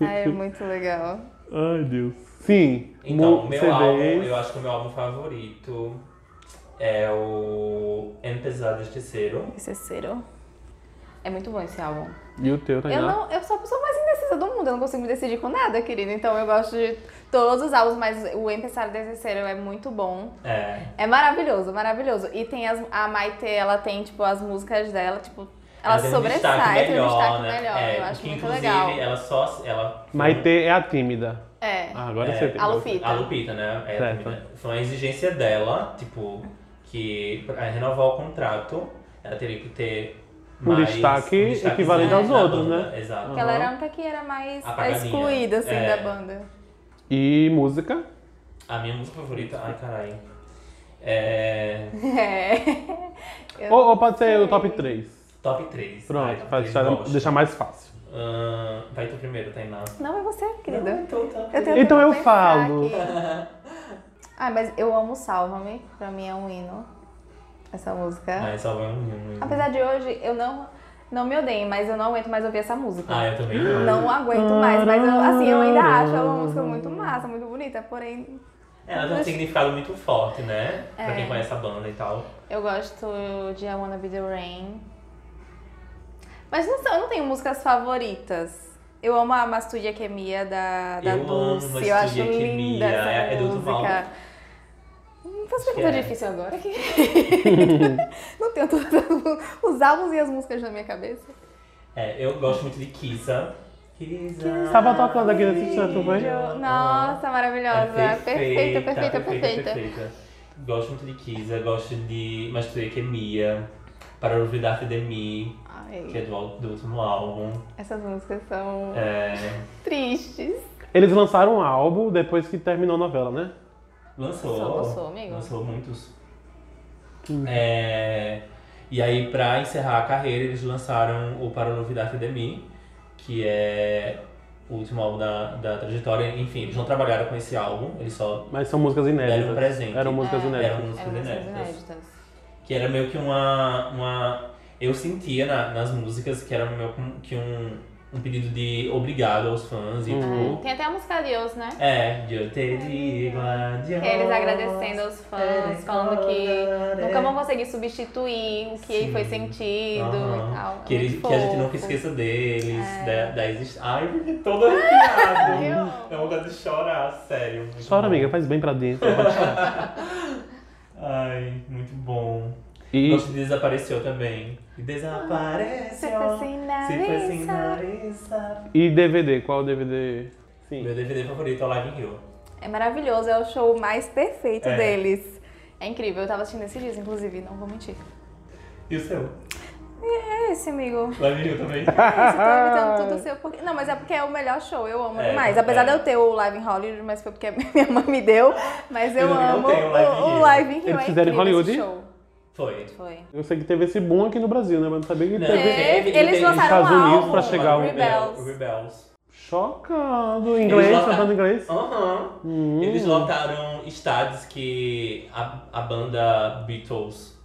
[SPEAKER 4] Ai, é muito legal.
[SPEAKER 2] Ai, Deus. Sim.
[SPEAKER 3] Então,
[SPEAKER 2] mu-
[SPEAKER 3] meu
[SPEAKER 2] CDs.
[SPEAKER 3] álbum, eu acho que o meu álbum favorito é o Empezar de Terceiro.
[SPEAKER 4] Esse é Ciro. É muito bom esse álbum.
[SPEAKER 2] E o teu,
[SPEAKER 4] Eu
[SPEAKER 2] Tainá?
[SPEAKER 4] não, eu sou a pessoa mais indecisa do mundo, eu não consigo me decidir com nada, querida. Então eu gosto de todos os álbuns, mas o Empresário Desesseiro é muito bom.
[SPEAKER 3] É.
[SPEAKER 4] É maravilhoso, maravilhoso. E tem as, a Maite, ela tem, tipo, as músicas dela, tipo, ela,
[SPEAKER 3] tem um
[SPEAKER 4] sobressai, tem um destaque
[SPEAKER 3] né?
[SPEAKER 4] melhor.
[SPEAKER 3] É,
[SPEAKER 4] eu acho
[SPEAKER 3] que
[SPEAKER 4] muito
[SPEAKER 3] inclusive
[SPEAKER 4] legal.
[SPEAKER 3] ela só. Ela
[SPEAKER 2] Maite é a tímida.
[SPEAKER 4] É.
[SPEAKER 2] Ah, agora
[SPEAKER 3] É,
[SPEAKER 2] você tem.
[SPEAKER 4] a Lupita.
[SPEAKER 3] A Lupita, né? É,
[SPEAKER 2] Certo.
[SPEAKER 3] também, né? Foi uma exigência dela, tipo, que pra renovar o contrato, ela teria que ter
[SPEAKER 2] Um
[SPEAKER 3] mais,
[SPEAKER 2] destaque
[SPEAKER 3] destaquezinho
[SPEAKER 2] equivalente aos
[SPEAKER 3] na
[SPEAKER 2] outros,
[SPEAKER 3] banda.
[SPEAKER 2] né?
[SPEAKER 3] Exato.
[SPEAKER 4] Porque ela era a única que era mais
[SPEAKER 3] Apagadinha.
[SPEAKER 4] excluída, assim,
[SPEAKER 3] É.
[SPEAKER 4] da banda.
[SPEAKER 2] E música?
[SPEAKER 3] A minha música favorita, ai caralho. É.
[SPEAKER 4] É. Eu-
[SPEAKER 2] Ou, ou pode ser o top 3.
[SPEAKER 3] Top 3.
[SPEAKER 2] Pronto, pra deixar, deixar mais fácil.
[SPEAKER 3] vai tu primeiro, Tainá.
[SPEAKER 4] Não, é você, querida.
[SPEAKER 3] então tá.
[SPEAKER 4] Eu tenho
[SPEAKER 2] Então
[SPEAKER 4] que
[SPEAKER 2] eu
[SPEAKER 4] pensar
[SPEAKER 2] falo.
[SPEAKER 4] aqui. Ah, mas eu amo Salva-me. Pra mim é um hino. Essa música.
[SPEAKER 3] Ai, salva um hino.
[SPEAKER 4] Apesar de hoje, eu não, não me odeio, mas eu não aguento mais ouvir essa música.
[SPEAKER 3] Ah, eu também não.
[SPEAKER 4] Não aguento mais, mas eu, assim, eu ainda acho ela uma música muito
[SPEAKER 2] Hum.
[SPEAKER 4] massa, muito bonita, porém
[SPEAKER 3] Ela tem um significado muito forte, né? Pra
[SPEAKER 4] É.
[SPEAKER 3] quem conhece a banda e tal.
[SPEAKER 4] eu gosto de I Wanna Be The Rain. Mas não, são- eu não tenho músicas favoritas. Eu amo a Mastudia Quemia da, da
[SPEAKER 3] Eu amo
[SPEAKER 4] Dulce, eu
[SPEAKER 3] Mastudia
[SPEAKER 4] acho
[SPEAKER 3] Quemia,
[SPEAKER 4] linda essa
[SPEAKER 3] é- é do outro
[SPEAKER 4] música.
[SPEAKER 3] álbum?
[SPEAKER 4] Não faço
[SPEAKER 3] que
[SPEAKER 4] pergunta
[SPEAKER 3] é.
[SPEAKER 4] difícil agora que... não tenho todos os álbuns e as músicas na minha cabeça.
[SPEAKER 3] É, eu gosto muito de Kisa. Kisa.
[SPEAKER 2] Tava tocando aqui nesse instante, não foi?
[SPEAKER 4] Nossa, maravilhosa.
[SPEAKER 3] É
[SPEAKER 4] perfeita, perfeita, perfeita.
[SPEAKER 3] perfeita. Gosto muito de Kisa, gosto de Mastuia Quemia, Para Olvidar-te de Mim, que é
[SPEAKER 4] Ai,
[SPEAKER 3] do, do último álbum.
[SPEAKER 4] essas músicas são
[SPEAKER 3] É,
[SPEAKER 4] tristes.
[SPEAKER 2] Eles lançaram um álbum depois que terminou a novela, né?
[SPEAKER 3] lançou.
[SPEAKER 4] Lançou, lançou, amigo.
[SPEAKER 3] Lançou muitos.
[SPEAKER 2] Hum.
[SPEAKER 3] É, e aí, pra encerrar a carreira, eles lançaram o Para Olvidar-te de Mim, que é o último álbum da, da trajetória. Enfim, eles não trabalharam com esse álbum, eles só
[SPEAKER 2] Mas são músicas
[SPEAKER 3] deram um
[SPEAKER 2] inéditas.
[SPEAKER 3] presente.
[SPEAKER 2] Eram músicas
[SPEAKER 4] É,
[SPEAKER 2] inéditas.
[SPEAKER 3] eram músicas
[SPEAKER 4] Eram músicas
[SPEAKER 3] inéditas.
[SPEAKER 4] inéditas.
[SPEAKER 3] Que era meio que uma. uma eu sentia na- nas músicas que era meio com- que um, um pedido de obrigado aos fãs e
[SPEAKER 2] Uhum.
[SPEAKER 4] É,
[SPEAKER 3] tudo.
[SPEAKER 4] Tem até a música Deus, né?
[SPEAKER 3] É, de eu te digo adiós.
[SPEAKER 4] Que é eles agradecendo aos fãs, falando que nunca vão conseguir substituir o que
[SPEAKER 3] Sim.
[SPEAKER 4] foi sentido
[SPEAKER 3] Aham.
[SPEAKER 4] e tal. É
[SPEAKER 3] Que, ele-
[SPEAKER 4] muito
[SPEAKER 3] que a gente
[SPEAKER 4] fofo. É.
[SPEAKER 3] nunca esqueça deles, da, da existência. Ai, eu fiquei todo arrepiado.
[SPEAKER 4] Eu-
[SPEAKER 3] É uma coisa de chorar, sério. muito
[SPEAKER 2] Chora,
[SPEAKER 3] bom.
[SPEAKER 2] amiga, faz bem pra dentro. pode chorar.
[SPEAKER 3] Ai, muito bom.
[SPEAKER 2] E
[SPEAKER 3] Gosto de desapareceu também. E
[SPEAKER 4] Se
[SPEAKER 3] Desapareceu.
[SPEAKER 4] foi tá sem
[SPEAKER 3] Se foi sem
[SPEAKER 4] nariz,
[SPEAKER 3] nariz, sabe?
[SPEAKER 2] e DVD? Qual DVD? Sim.
[SPEAKER 3] Meu DVD favorito é o Live in Rio.
[SPEAKER 4] É maravilhoso, é o show mais perfeito
[SPEAKER 3] É.
[SPEAKER 4] deles. É incrível, eu tava assistindo esses dias, inclusive, não vou mentir.
[SPEAKER 3] E o seu?
[SPEAKER 4] É esse, amigo.
[SPEAKER 3] Live in Rio também?
[SPEAKER 4] É esse, tô imitando tudo seu. Porque... Não, mas é porque é o melhor show, eu amo
[SPEAKER 3] Ah, É,
[SPEAKER 4] demais. Apesar
[SPEAKER 3] é.
[SPEAKER 4] de eu ter o Live em Hollywood, mas foi porque minha mãe me deu. Mas eu,
[SPEAKER 3] Eu não
[SPEAKER 4] amo
[SPEAKER 3] tenho o Live in
[SPEAKER 4] o,
[SPEAKER 3] Rio.
[SPEAKER 4] o Live in Rio.
[SPEAKER 2] Eles
[SPEAKER 4] é
[SPEAKER 2] fizeram em
[SPEAKER 4] incrível esse
[SPEAKER 2] Hollywood?
[SPEAKER 4] show.
[SPEAKER 3] Foi.
[SPEAKER 4] Foi.
[SPEAKER 2] Eu sei que teve esse boom aqui no Brasil, né? Mas não sabia que
[SPEAKER 3] Não,
[SPEAKER 2] Então, teve.
[SPEAKER 4] Teve,
[SPEAKER 3] teve-
[SPEAKER 4] É, eles
[SPEAKER 3] teve
[SPEAKER 4] lançaram
[SPEAKER 2] Estados
[SPEAKER 4] um
[SPEAKER 2] Unidos
[SPEAKER 4] álbum,
[SPEAKER 2] pra chegar o-
[SPEAKER 4] Rebels.
[SPEAKER 3] Rebels.
[SPEAKER 2] Chocado. Inglês,
[SPEAKER 3] Eles lançaram-
[SPEAKER 2] cantando inglês. Hum.
[SPEAKER 3] Aham. Eles lotaram estádios que a, a banda Beatles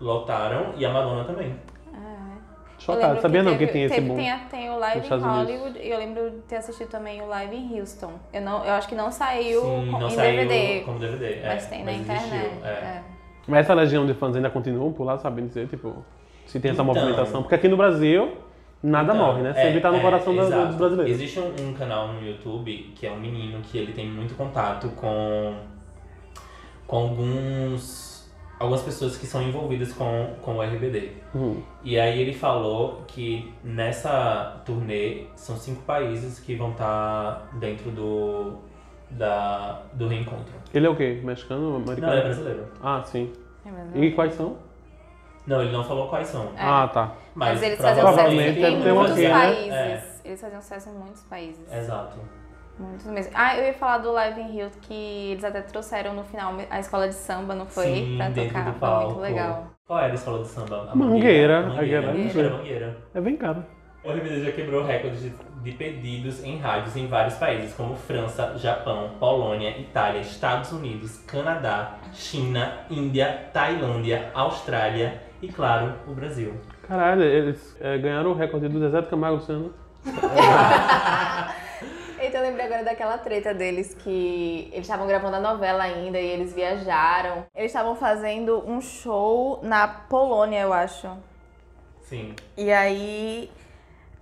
[SPEAKER 3] lotaram e a Madonna também.
[SPEAKER 4] Ah, é. Eu
[SPEAKER 2] Chocado.
[SPEAKER 4] lembro
[SPEAKER 2] Sabia
[SPEAKER 4] que
[SPEAKER 2] não
[SPEAKER 4] teve-
[SPEAKER 2] que tinha esse
[SPEAKER 4] teve-
[SPEAKER 2] boom.
[SPEAKER 4] Tem, a- tem o Live
[SPEAKER 2] nos
[SPEAKER 4] em
[SPEAKER 2] Estados Unidos.
[SPEAKER 4] Hollywood e eu lembro de ter assistido também o Live em Houston. Eu, não, eu acho que não saiu
[SPEAKER 3] Sim,
[SPEAKER 4] com-
[SPEAKER 3] não
[SPEAKER 4] em
[SPEAKER 3] saiu
[SPEAKER 4] DVD,
[SPEAKER 3] como DVD. é,
[SPEAKER 4] mas tem na
[SPEAKER 3] existiu,
[SPEAKER 4] internet.
[SPEAKER 3] é.
[SPEAKER 4] é.
[SPEAKER 2] Mas essa legião de fãs ainda continuam por lá, sabendo dizer, tipo, se tem essa
[SPEAKER 3] Então.
[SPEAKER 2] movimentação. Porque aqui no Brasil, nada
[SPEAKER 3] Então,
[SPEAKER 2] morre, né? Sempre
[SPEAKER 3] é,
[SPEAKER 2] tá no
[SPEAKER 3] é,
[SPEAKER 2] coração da-
[SPEAKER 3] exato.
[SPEAKER 2] dos brasileiros.
[SPEAKER 3] Existe um, um canal no YouTube que é um menino que ele tem muito contato com, com alguns, algumas pessoas que são envolvidas com, com o RBD.
[SPEAKER 2] Uhum.
[SPEAKER 3] E aí ele falou que nessa turnê são cinco países que vão estar dentro do, da, do reencontro.
[SPEAKER 2] Ele é o quê? Mexicano?
[SPEAKER 3] Não,
[SPEAKER 2] Americano?
[SPEAKER 3] ele é brasileiro.
[SPEAKER 2] Ah, sim.
[SPEAKER 4] É mesmo.
[SPEAKER 2] E quais são?
[SPEAKER 3] Não, ele não falou quais são.
[SPEAKER 2] Ah, tá.
[SPEAKER 4] É, Mas eles faziam sucesso
[SPEAKER 2] provavelmente
[SPEAKER 4] em
[SPEAKER 2] deve ter uma
[SPEAKER 4] muitos
[SPEAKER 2] aqui, né?
[SPEAKER 4] países.
[SPEAKER 3] um É,
[SPEAKER 4] Eles faziam sucesso em muitos países.
[SPEAKER 3] exato.
[SPEAKER 4] Muitos mesmo. Ah, eu ia falar do Live in Rio, que eles até trouxeram no final a escola de samba, não foi?
[SPEAKER 3] Sim,
[SPEAKER 4] pra
[SPEAKER 3] dentro
[SPEAKER 4] tocar.
[SPEAKER 3] do
[SPEAKER 4] Foi
[SPEAKER 3] palco.
[SPEAKER 4] muito legal.
[SPEAKER 3] Qual era a escola de samba? A
[SPEAKER 2] Mangueira.
[SPEAKER 3] Mangueira.
[SPEAKER 2] Mangueira.
[SPEAKER 3] Mangueira. Mangueira.
[SPEAKER 2] É bem caro.
[SPEAKER 3] O RBD já quebrou recordes de, de pedidos em rádios em vários países, como França, Japão, Polônia, Itália, Estados Unidos, Canadá, China, Índia, Tailândia, Austrália e, claro, o Brasil.
[SPEAKER 2] Caralho, eles é, ganharam o recorde do Zezé do Camargo Sano.
[SPEAKER 4] Então eu lembrei agora daquela treta deles que eles estavam gravando a novela ainda e eles viajaram. Eles estavam fazendo um show na Polônia, eu acho.
[SPEAKER 3] Sim.
[SPEAKER 4] E aí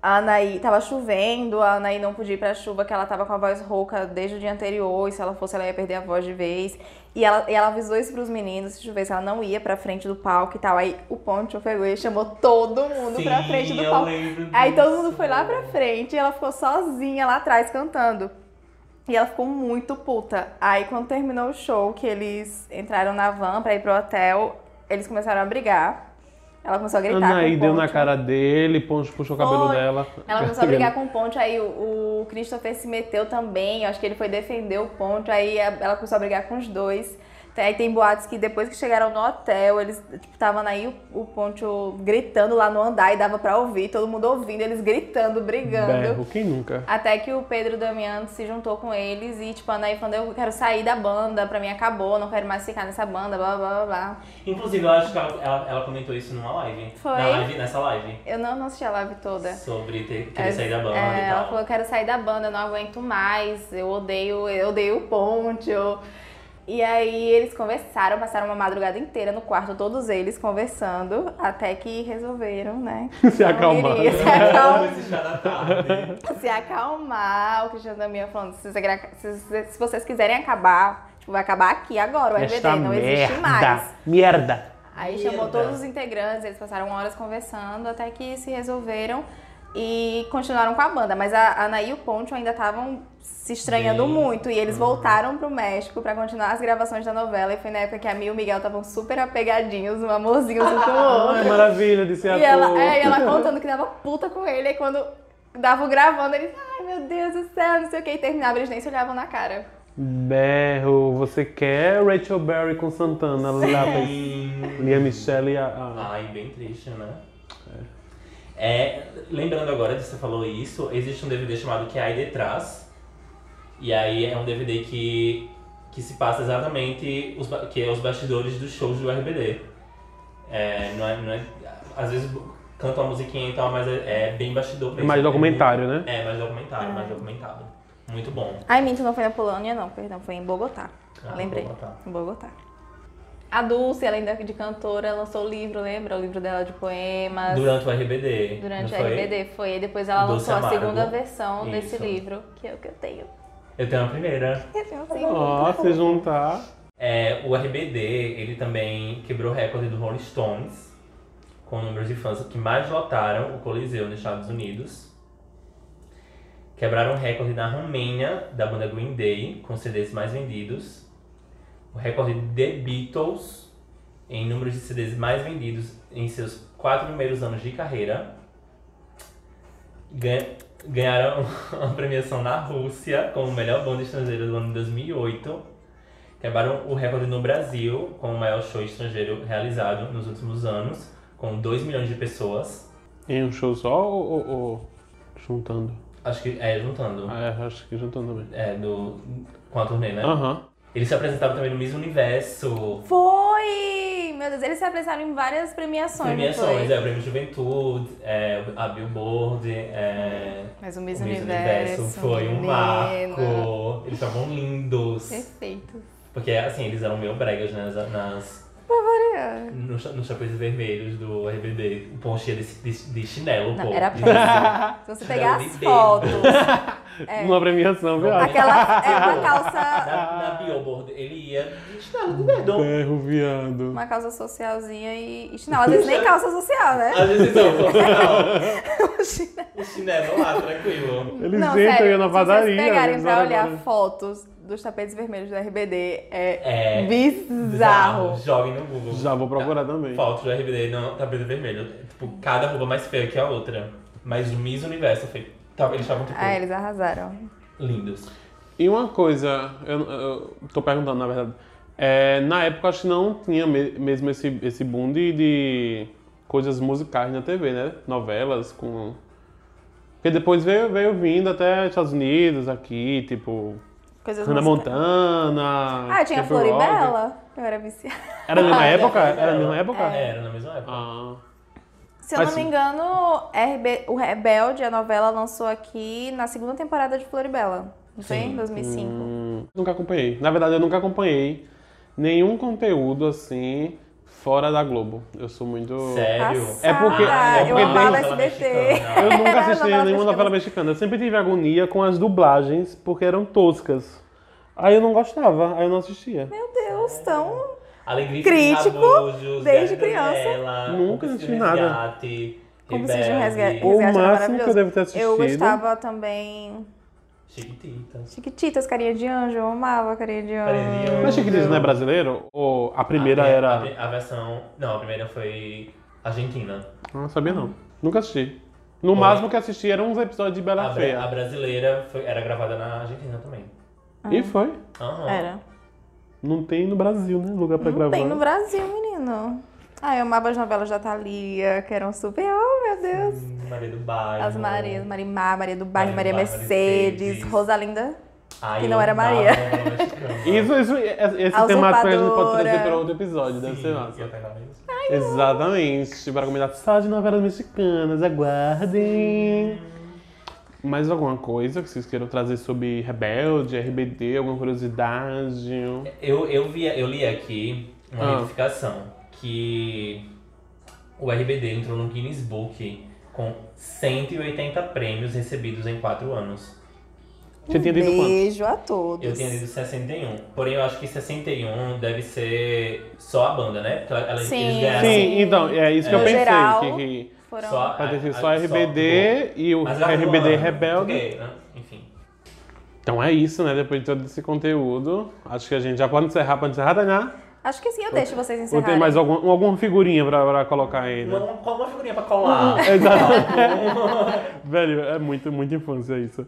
[SPEAKER 4] a Anaí tava chovendo, a Anaí não podia ir pra chuva, que ela tava com a voz rouca desde o dia anterior, e se ela fosse, ela ia perder a voz de vez. E ela, e ela avisou isso pros meninos, se chovesse, ela não ia pra frente do palco e tal. Aí o Poncho pegou e chamou todo mundo
[SPEAKER 3] Sim, é
[SPEAKER 4] pra frente do
[SPEAKER 3] eu
[SPEAKER 4] palco.
[SPEAKER 3] lembro
[SPEAKER 4] Aí todo
[SPEAKER 3] disso.
[SPEAKER 4] mundo foi lá pra frente e ela ficou sozinha lá atrás cantando. E ela ficou muito puta. Aí quando terminou o show, que eles entraram na van pra ir pro hotel, eles começaram a brigar. Ela começou a gritar.
[SPEAKER 2] Anaí
[SPEAKER 4] tá com o
[SPEAKER 2] deu na
[SPEAKER 4] Ponte.
[SPEAKER 2] cara dele, Poncho puxou o cabelo
[SPEAKER 4] Foi.
[SPEAKER 2] dela.
[SPEAKER 4] Ela começou a brigar com o Ponte, aí o, o Christopher se meteu também, eu acho que ele foi defender o Ponte, aí a- ela começou a brigar com os dois. Tem- Aí tem boatos que depois que chegaram no hotel, eles tipo estavam aí o, o Ponte gritando lá no andar e dava pra ouvir, todo mundo ouvindo, eles gritando, brigando.
[SPEAKER 2] Berro, quem nunca?
[SPEAKER 4] Até que o Pedro Damiano se juntou com eles e, tipo, a Anaí falando, eu quero sair da banda, pra mim acabou, não quero mais ficar nessa banda, blá blá blá blá.
[SPEAKER 3] Inclusive, eu acho que ela, ela, ela comentou isso numa live.
[SPEAKER 4] Foi.
[SPEAKER 3] Na live, nessa live.
[SPEAKER 4] Eu não, não assisti a live toda.
[SPEAKER 3] Sobre ter, querer
[SPEAKER 4] É,
[SPEAKER 3] sair da
[SPEAKER 2] Ah,
[SPEAKER 3] banda
[SPEAKER 4] é,
[SPEAKER 3] e
[SPEAKER 4] Ela
[SPEAKER 3] tal.
[SPEAKER 4] falou, eu quero sair da banda, eu não aguento mais, eu odeio, eu odeio o ponte. eu-" E aí eles conversaram, passaram uma madrugada inteira no quarto, todos eles conversando, até que resolveram, né?
[SPEAKER 2] Se
[SPEAKER 4] não
[SPEAKER 2] acalmar.
[SPEAKER 4] iria Se, acal-
[SPEAKER 3] Esse chá da tarde.
[SPEAKER 4] se acalmar, o Cristiano Damião falando, se, vocês agra- se- se- se vocês quiserem acabar, tipo, vai acabar aqui agora, o RBD, não existe mais.
[SPEAKER 2] Merda.
[SPEAKER 4] Aí
[SPEAKER 3] Merda.
[SPEAKER 4] chamou todos os integrantes, eles passaram horas conversando até que se resolveram e continuaram com a banda. Mas a Ana e o Poncho ainda estavam se estranhando
[SPEAKER 3] Bem.
[SPEAKER 4] muito e eles voltaram pro México pra continuar as gravações da novela. E foi na época que a Mia e o Miguel estavam super apegadinhos, um amorzinho um com o
[SPEAKER 2] Ai,
[SPEAKER 4] outro.
[SPEAKER 2] Ah, maravilha, disse a
[SPEAKER 4] E ela,
[SPEAKER 2] toa.
[SPEAKER 4] é, e ela contando que dava puta com ele. E quando dava o gravando, eles, ai meu Deus do céu, não sei o que. E terminava, eles nem se olhavam na cara.
[SPEAKER 2] Berro, você quer Rachel Berry com Santana, Lapa,
[SPEAKER 3] Sim.
[SPEAKER 2] Lia Michelle e a... a-
[SPEAKER 3] Ai, bem triste, né? É, lembrando agora que você falou isso, existe um DVD chamado Que Aí Detrás. E aí é um DVD que, que se passa exatamente os, ba- que é os bastidores dos shows do RBD. É, não é, não é, às vezes canta uma musiquinha e tal, mas é, é bem bastidor mesmo.
[SPEAKER 2] É mais
[SPEAKER 3] É
[SPEAKER 2] documentário,
[SPEAKER 3] muito-
[SPEAKER 2] né?
[SPEAKER 3] É, mais documentário, mais documentado. Muito bom.
[SPEAKER 4] Ai, minto, não foi na Polônia, não, perdão, foi em Bogotá.
[SPEAKER 3] Ah,
[SPEAKER 4] Lembrei.
[SPEAKER 3] Bogotá.
[SPEAKER 4] Em Bogotá. A Dulce, além da- de cantora, lançou o livro, lembra? O livro dela de poemas.
[SPEAKER 3] Durante o RBD.
[SPEAKER 4] Durante
[SPEAKER 3] não
[SPEAKER 4] a
[SPEAKER 3] foi?
[SPEAKER 4] RBD foi. E depois ela
[SPEAKER 3] Dulce
[SPEAKER 4] lançou a
[SPEAKER 3] Amargo.
[SPEAKER 4] segunda versão desse
[SPEAKER 3] Isso.
[SPEAKER 4] livro, que é o que eu tenho.
[SPEAKER 3] Eu tenho a primeira.
[SPEAKER 4] Eu tenho assim.
[SPEAKER 2] Ó, se juntar.
[SPEAKER 3] É, o RBD, ele também quebrou o recorde do Rolling Stones, com o número de fãs que mais lotaram o Coliseu nos Estados Unidos. Quebraram o recorde na Romênia, da banda Green Day, com CDs mais vendidos. O recorde de The Beatles, em número de CDs mais vendidos em seus quatro primeiros anos de carreira. Ganha- Ganharam uma premiação na Rússia como melhor banda estrangeira do ano de 2008. Quebraram o recorde no Brasil com o maior show estrangeiro realizado nos últimos anos, com 2 milhões de pessoas.
[SPEAKER 2] Em um show só ou, ou- ou juntando?
[SPEAKER 3] Acho que é juntando.
[SPEAKER 2] Ah, é, acho que juntando também.
[SPEAKER 3] É, do, com a turnê,
[SPEAKER 4] É.
[SPEAKER 3] né?
[SPEAKER 2] Aham.
[SPEAKER 3] Eles se apresentaram também no Miss Universo,
[SPEAKER 4] Foi! Meu Deus, eles se apresentaram em várias premiações, não
[SPEAKER 3] premiações,
[SPEAKER 4] foi?
[SPEAKER 3] é, o Prêmio Juventude, é, a Billboard, é,
[SPEAKER 4] Mas o
[SPEAKER 3] o Miss
[SPEAKER 4] mesmo
[SPEAKER 3] Universo, foi um marco. Eles estavam lindos.
[SPEAKER 4] Perfeito.
[SPEAKER 3] Porque, assim, eles eram meio bregas né, nas, nas
[SPEAKER 4] coreana.
[SPEAKER 3] No, cha- nos Chapeuzinhos Vermelhos do RBD, o Ponche de, de, de chinelo,
[SPEAKER 4] Não,
[SPEAKER 3] pô.
[SPEAKER 4] era
[SPEAKER 3] De-
[SPEAKER 4] poncho. Se você
[SPEAKER 3] Não,
[SPEAKER 4] pegar as
[SPEAKER 3] de dedo.
[SPEAKER 4] fotos, é,
[SPEAKER 2] Uma premiação, viu?
[SPEAKER 4] aquela é uma calça,
[SPEAKER 3] Na, na billboard, ele ia de chinelo de dedo.
[SPEAKER 2] Ferro, viado.
[SPEAKER 4] uma calça socialzinha e, e chinelo. Às vezes nem calça social, né?
[SPEAKER 3] Às vezes não, pô, não. O chinelo lá, tranquilo.
[SPEAKER 2] Eles
[SPEAKER 4] não,
[SPEAKER 2] entram
[SPEAKER 4] sério,
[SPEAKER 2] e na
[SPEAKER 4] Se
[SPEAKER 2] padaria.
[SPEAKER 4] vocês pegarem
[SPEAKER 2] eles
[SPEAKER 4] pra
[SPEAKER 2] olham
[SPEAKER 4] olhar
[SPEAKER 2] agora.
[SPEAKER 4] fotos dos tapetes vermelhos do RBD, é,
[SPEAKER 3] É.
[SPEAKER 4] bizarro.
[SPEAKER 3] Joguem no Google.
[SPEAKER 2] Já vou procurar
[SPEAKER 4] Tá.
[SPEAKER 2] também.
[SPEAKER 3] Fotos do RBD no tapete vermelho. Tipo, cada roupa mais feia que a outra. Mas o Miss Universo foi. Tava, eles estavam, tipo,
[SPEAKER 4] Ah, eles arrasaram.
[SPEAKER 3] lindos.
[SPEAKER 2] E uma coisa, eu, eu tô perguntando na verdade. É, na época acho que não tinha me- mesmo esse, esse boom de, de coisas musicais na TV, né? Novelas com. Porque depois veio, veio vindo até Estados Unidos, aqui, tipo.
[SPEAKER 4] Coisas
[SPEAKER 2] Hannah
[SPEAKER 4] musicais.
[SPEAKER 2] Montana.
[SPEAKER 4] Ah, tinha
[SPEAKER 2] Camp Rock.
[SPEAKER 4] Floribela. Ah, Eu era viciada.
[SPEAKER 2] Era Ah, é na mesma época? Era na
[SPEAKER 3] na
[SPEAKER 2] mesma época?
[SPEAKER 3] Ah,
[SPEAKER 4] É.
[SPEAKER 3] É, Era na mesma época.
[SPEAKER 2] Ah.
[SPEAKER 4] Se eu
[SPEAKER 2] Mas
[SPEAKER 4] não me
[SPEAKER 2] sim.
[SPEAKER 4] engano, RB, o Rebelde, a novela, lançou aqui na segunda temporada de Floribela. Não foi? Em
[SPEAKER 3] Sim.
[SPEAKER 4] 2005.
[SPEAKER 2] Hum, Nunca acompanhei. Na verdade, eu nunca acompanhei nenhum conteúdo assim fora da Globo. Eu sou muito.
[SPEAKER 3] Sério?
[SPEAKER 4] Passada.
[SPEAKER 2] É porque- é porque
[SPEAKER 4] eu amava
[SPEAKER 2] desde-
[SPEAKER 4] SBT.
[SPEAKER 2] Eu nunca
[SPEAKER 4] Era
[SPEAKER 2] assisti
[SPEAKER 4] novela
[SPEAKER 2] nenhuma novela mexicana. Eu sempre tive agonia com as dublagens porque eram toscas. Aí eu não gostava, aí eu não assistia.
[SPEAKER 4] Meu Deus, tão...
[SPEAKER 3] Alegria
[SPEAKER 4] Crítico,
[SPEAKER 3] Rabujo,
[SPEAKER 4] desde
[SPEAKER 3] Zé
[SPEAKER 4] criança.
[SPEAKER 3] Gabriela,
[SPEAKER 2] Nunca
[SPEAKER 3] Como
[SPEAKER 2] assisti
[SPEAKER 3] Se
[SPEAKER 2] nada.
[SPEAKER 3] Resgate,
[SPEAKER 4] Como se diz um
[SPEAKER 3] Rebelde,
[SPEAKER 4] resgate,
[SPEAKER 2] O
[SPEAKER 4] resgate era
[SPEAKER 2] máximo que eu
[SPEAKER 4] maravilhoso.
[SPEAKER 2] devo ter assistido.
[SPEAKER 4] Eu gostava também...
[SPEAKER 3] Chiquititas.
[SPEAKER 4] Chiquititas, Carinha de Anjo. Eu amava Carinha de
[SPEAKER 3] Carinha de
[SPEAKER 4] Anjo.
[SPEAKER 3] Anjo.
[SPEAKER 2] Mas Chiquititas não é brasileiro? Ou a primeira
[SPEAKER 3] A-
[SPEAKER 2] era.
[SPEAKER 3] A, a versão. Não, a primeira foi Argentina.
[SPEAKER 2] Não sabia não. Nunca assisti. No
[SPEAKER 3] Foi.
[SPEAKER 2] máximo que assisti eram uns episódios de
[SPEAKER 3] A,
[SPEAKER 2] Bela
[SPEAKER 3] bra- a
[SPEAKER 2] Tá Feia.
[SPEAKER 3] brasileira foi- era gravada na Argentina também.
[SPEAKER 2] E foi.
[SPEAKER 3] Aham.
[SPEAKER 4] Era.
[SPEAKER 2] Não tem no Brasil, né? Lugar pra
[SPEAKER 4] Não
[SPEAKER 2] gravar.
[SPEAKER 4] tem no Brasil, menino. Ah, eu amava as novelas da Thalia, que eram super... Oh, meu Deus.
[SPEAKER 3] Hum, Maria do Bairro.
[SPEAKER 4] As Marias, Marimar, Maria do Bairro,
[SPEAKER 3] Maria
[SPEAKER 4] Maria
[SPEAKER 3] do Bairro,
[SPEAKER 4] Mercedes,
[SPEAKER 3] Mercedes.
[SPEAKER 4] Rosalinda.
[SPEAKER 3] Ai,
[SPEAKER 4] que
[SPEAKER 3] eu
[SPEAKER 4] não era
[SPEAKER 3] amava
[SPEAKER 4] Maria.
[SPEAKER 3] a novela mexicana.
[SPEAKER 2] Isso, isso, esse
[SPEAKER 4] A
[SPEAKER 2] temático a gente pode
[SPEAKER 4] usurpadora.
[SPEAKER 2] trazer para outro episódio, deve
[SPEAKER 3] Sim,
[SPEAKER 2] ser massa.
[SPEAKER 3] eu pegava isso.
[SPEAKER 2] Exatamente, para comentar só de novelas mexicanas, aguardem. Mais alguma coisa que vocês queiram trazer sobre Rebelde, RBD, alguma curiosidade?
[SPEAKER 3] Eu, eu, via, eu li aqui uma
[SPEAKER 2] Ah.
[SPEAKER 3] notificação que o RBD entrou no Guinness Book com 180 prêmios recebidos em 4 anos.
[SPEAKER 2] Você tinha lido quanto?
[SPEAKER 4] Beijo a todos.
[SPEAKER 3] Eu tinha lido 61. Porém, eu acho que 61 deve ser só a banda, né? Porque ela, ela-
[SPEAKER 4] Sim.
[SPEAKER 3] eles ganharam assim,
[SPEAKER 2] Sim, então, é isso que eu
[SPEAKER 4] No
[SPEAKER 2] pensei.
[SPEAKER 4] geral,
[SPEAKER 2] que, que
[SPEAKER 4] Foram...
[SPEAKER 3] Ah, só a,
[SPEAKER 2] pode ser
[SPEAKER 3] a-
[SPEAKER 2] só
[SPEAKER 3] a-
[SPEAKER 2] RBD e o
[SPEAKER 3] Mas ela ganhou
[SPEAKER 2] RBD
[SPEAKER 3] ano.
[SPEAKER 2] Rebelde.
[SPEAKER 3] Ok, né? Enfim.
[SPEAKER 2] Então é isso, né? Depois de todo esse conteúdo, acho que a gente já pode encerrar. Pode encerrar, Tainá?
[SPEAKER 4] Acho que sim, eu deixo
[SPEAKER 2] Ou
[SPEAKER 4] vocês
[SPEAKER 2] tem
[SPEAKER 4] encerrarem.
[SPEAKER 2] mais algum, alguma figurinha pra, pra colocar aí? né?
[SPEAKER 3] Uma, uma figurinha pra
[SPEAKER 2] Uhum,
[SPEAKER 3] colar.
[SPEAKER 2] Exato. Velho, é muito, muita infância isso.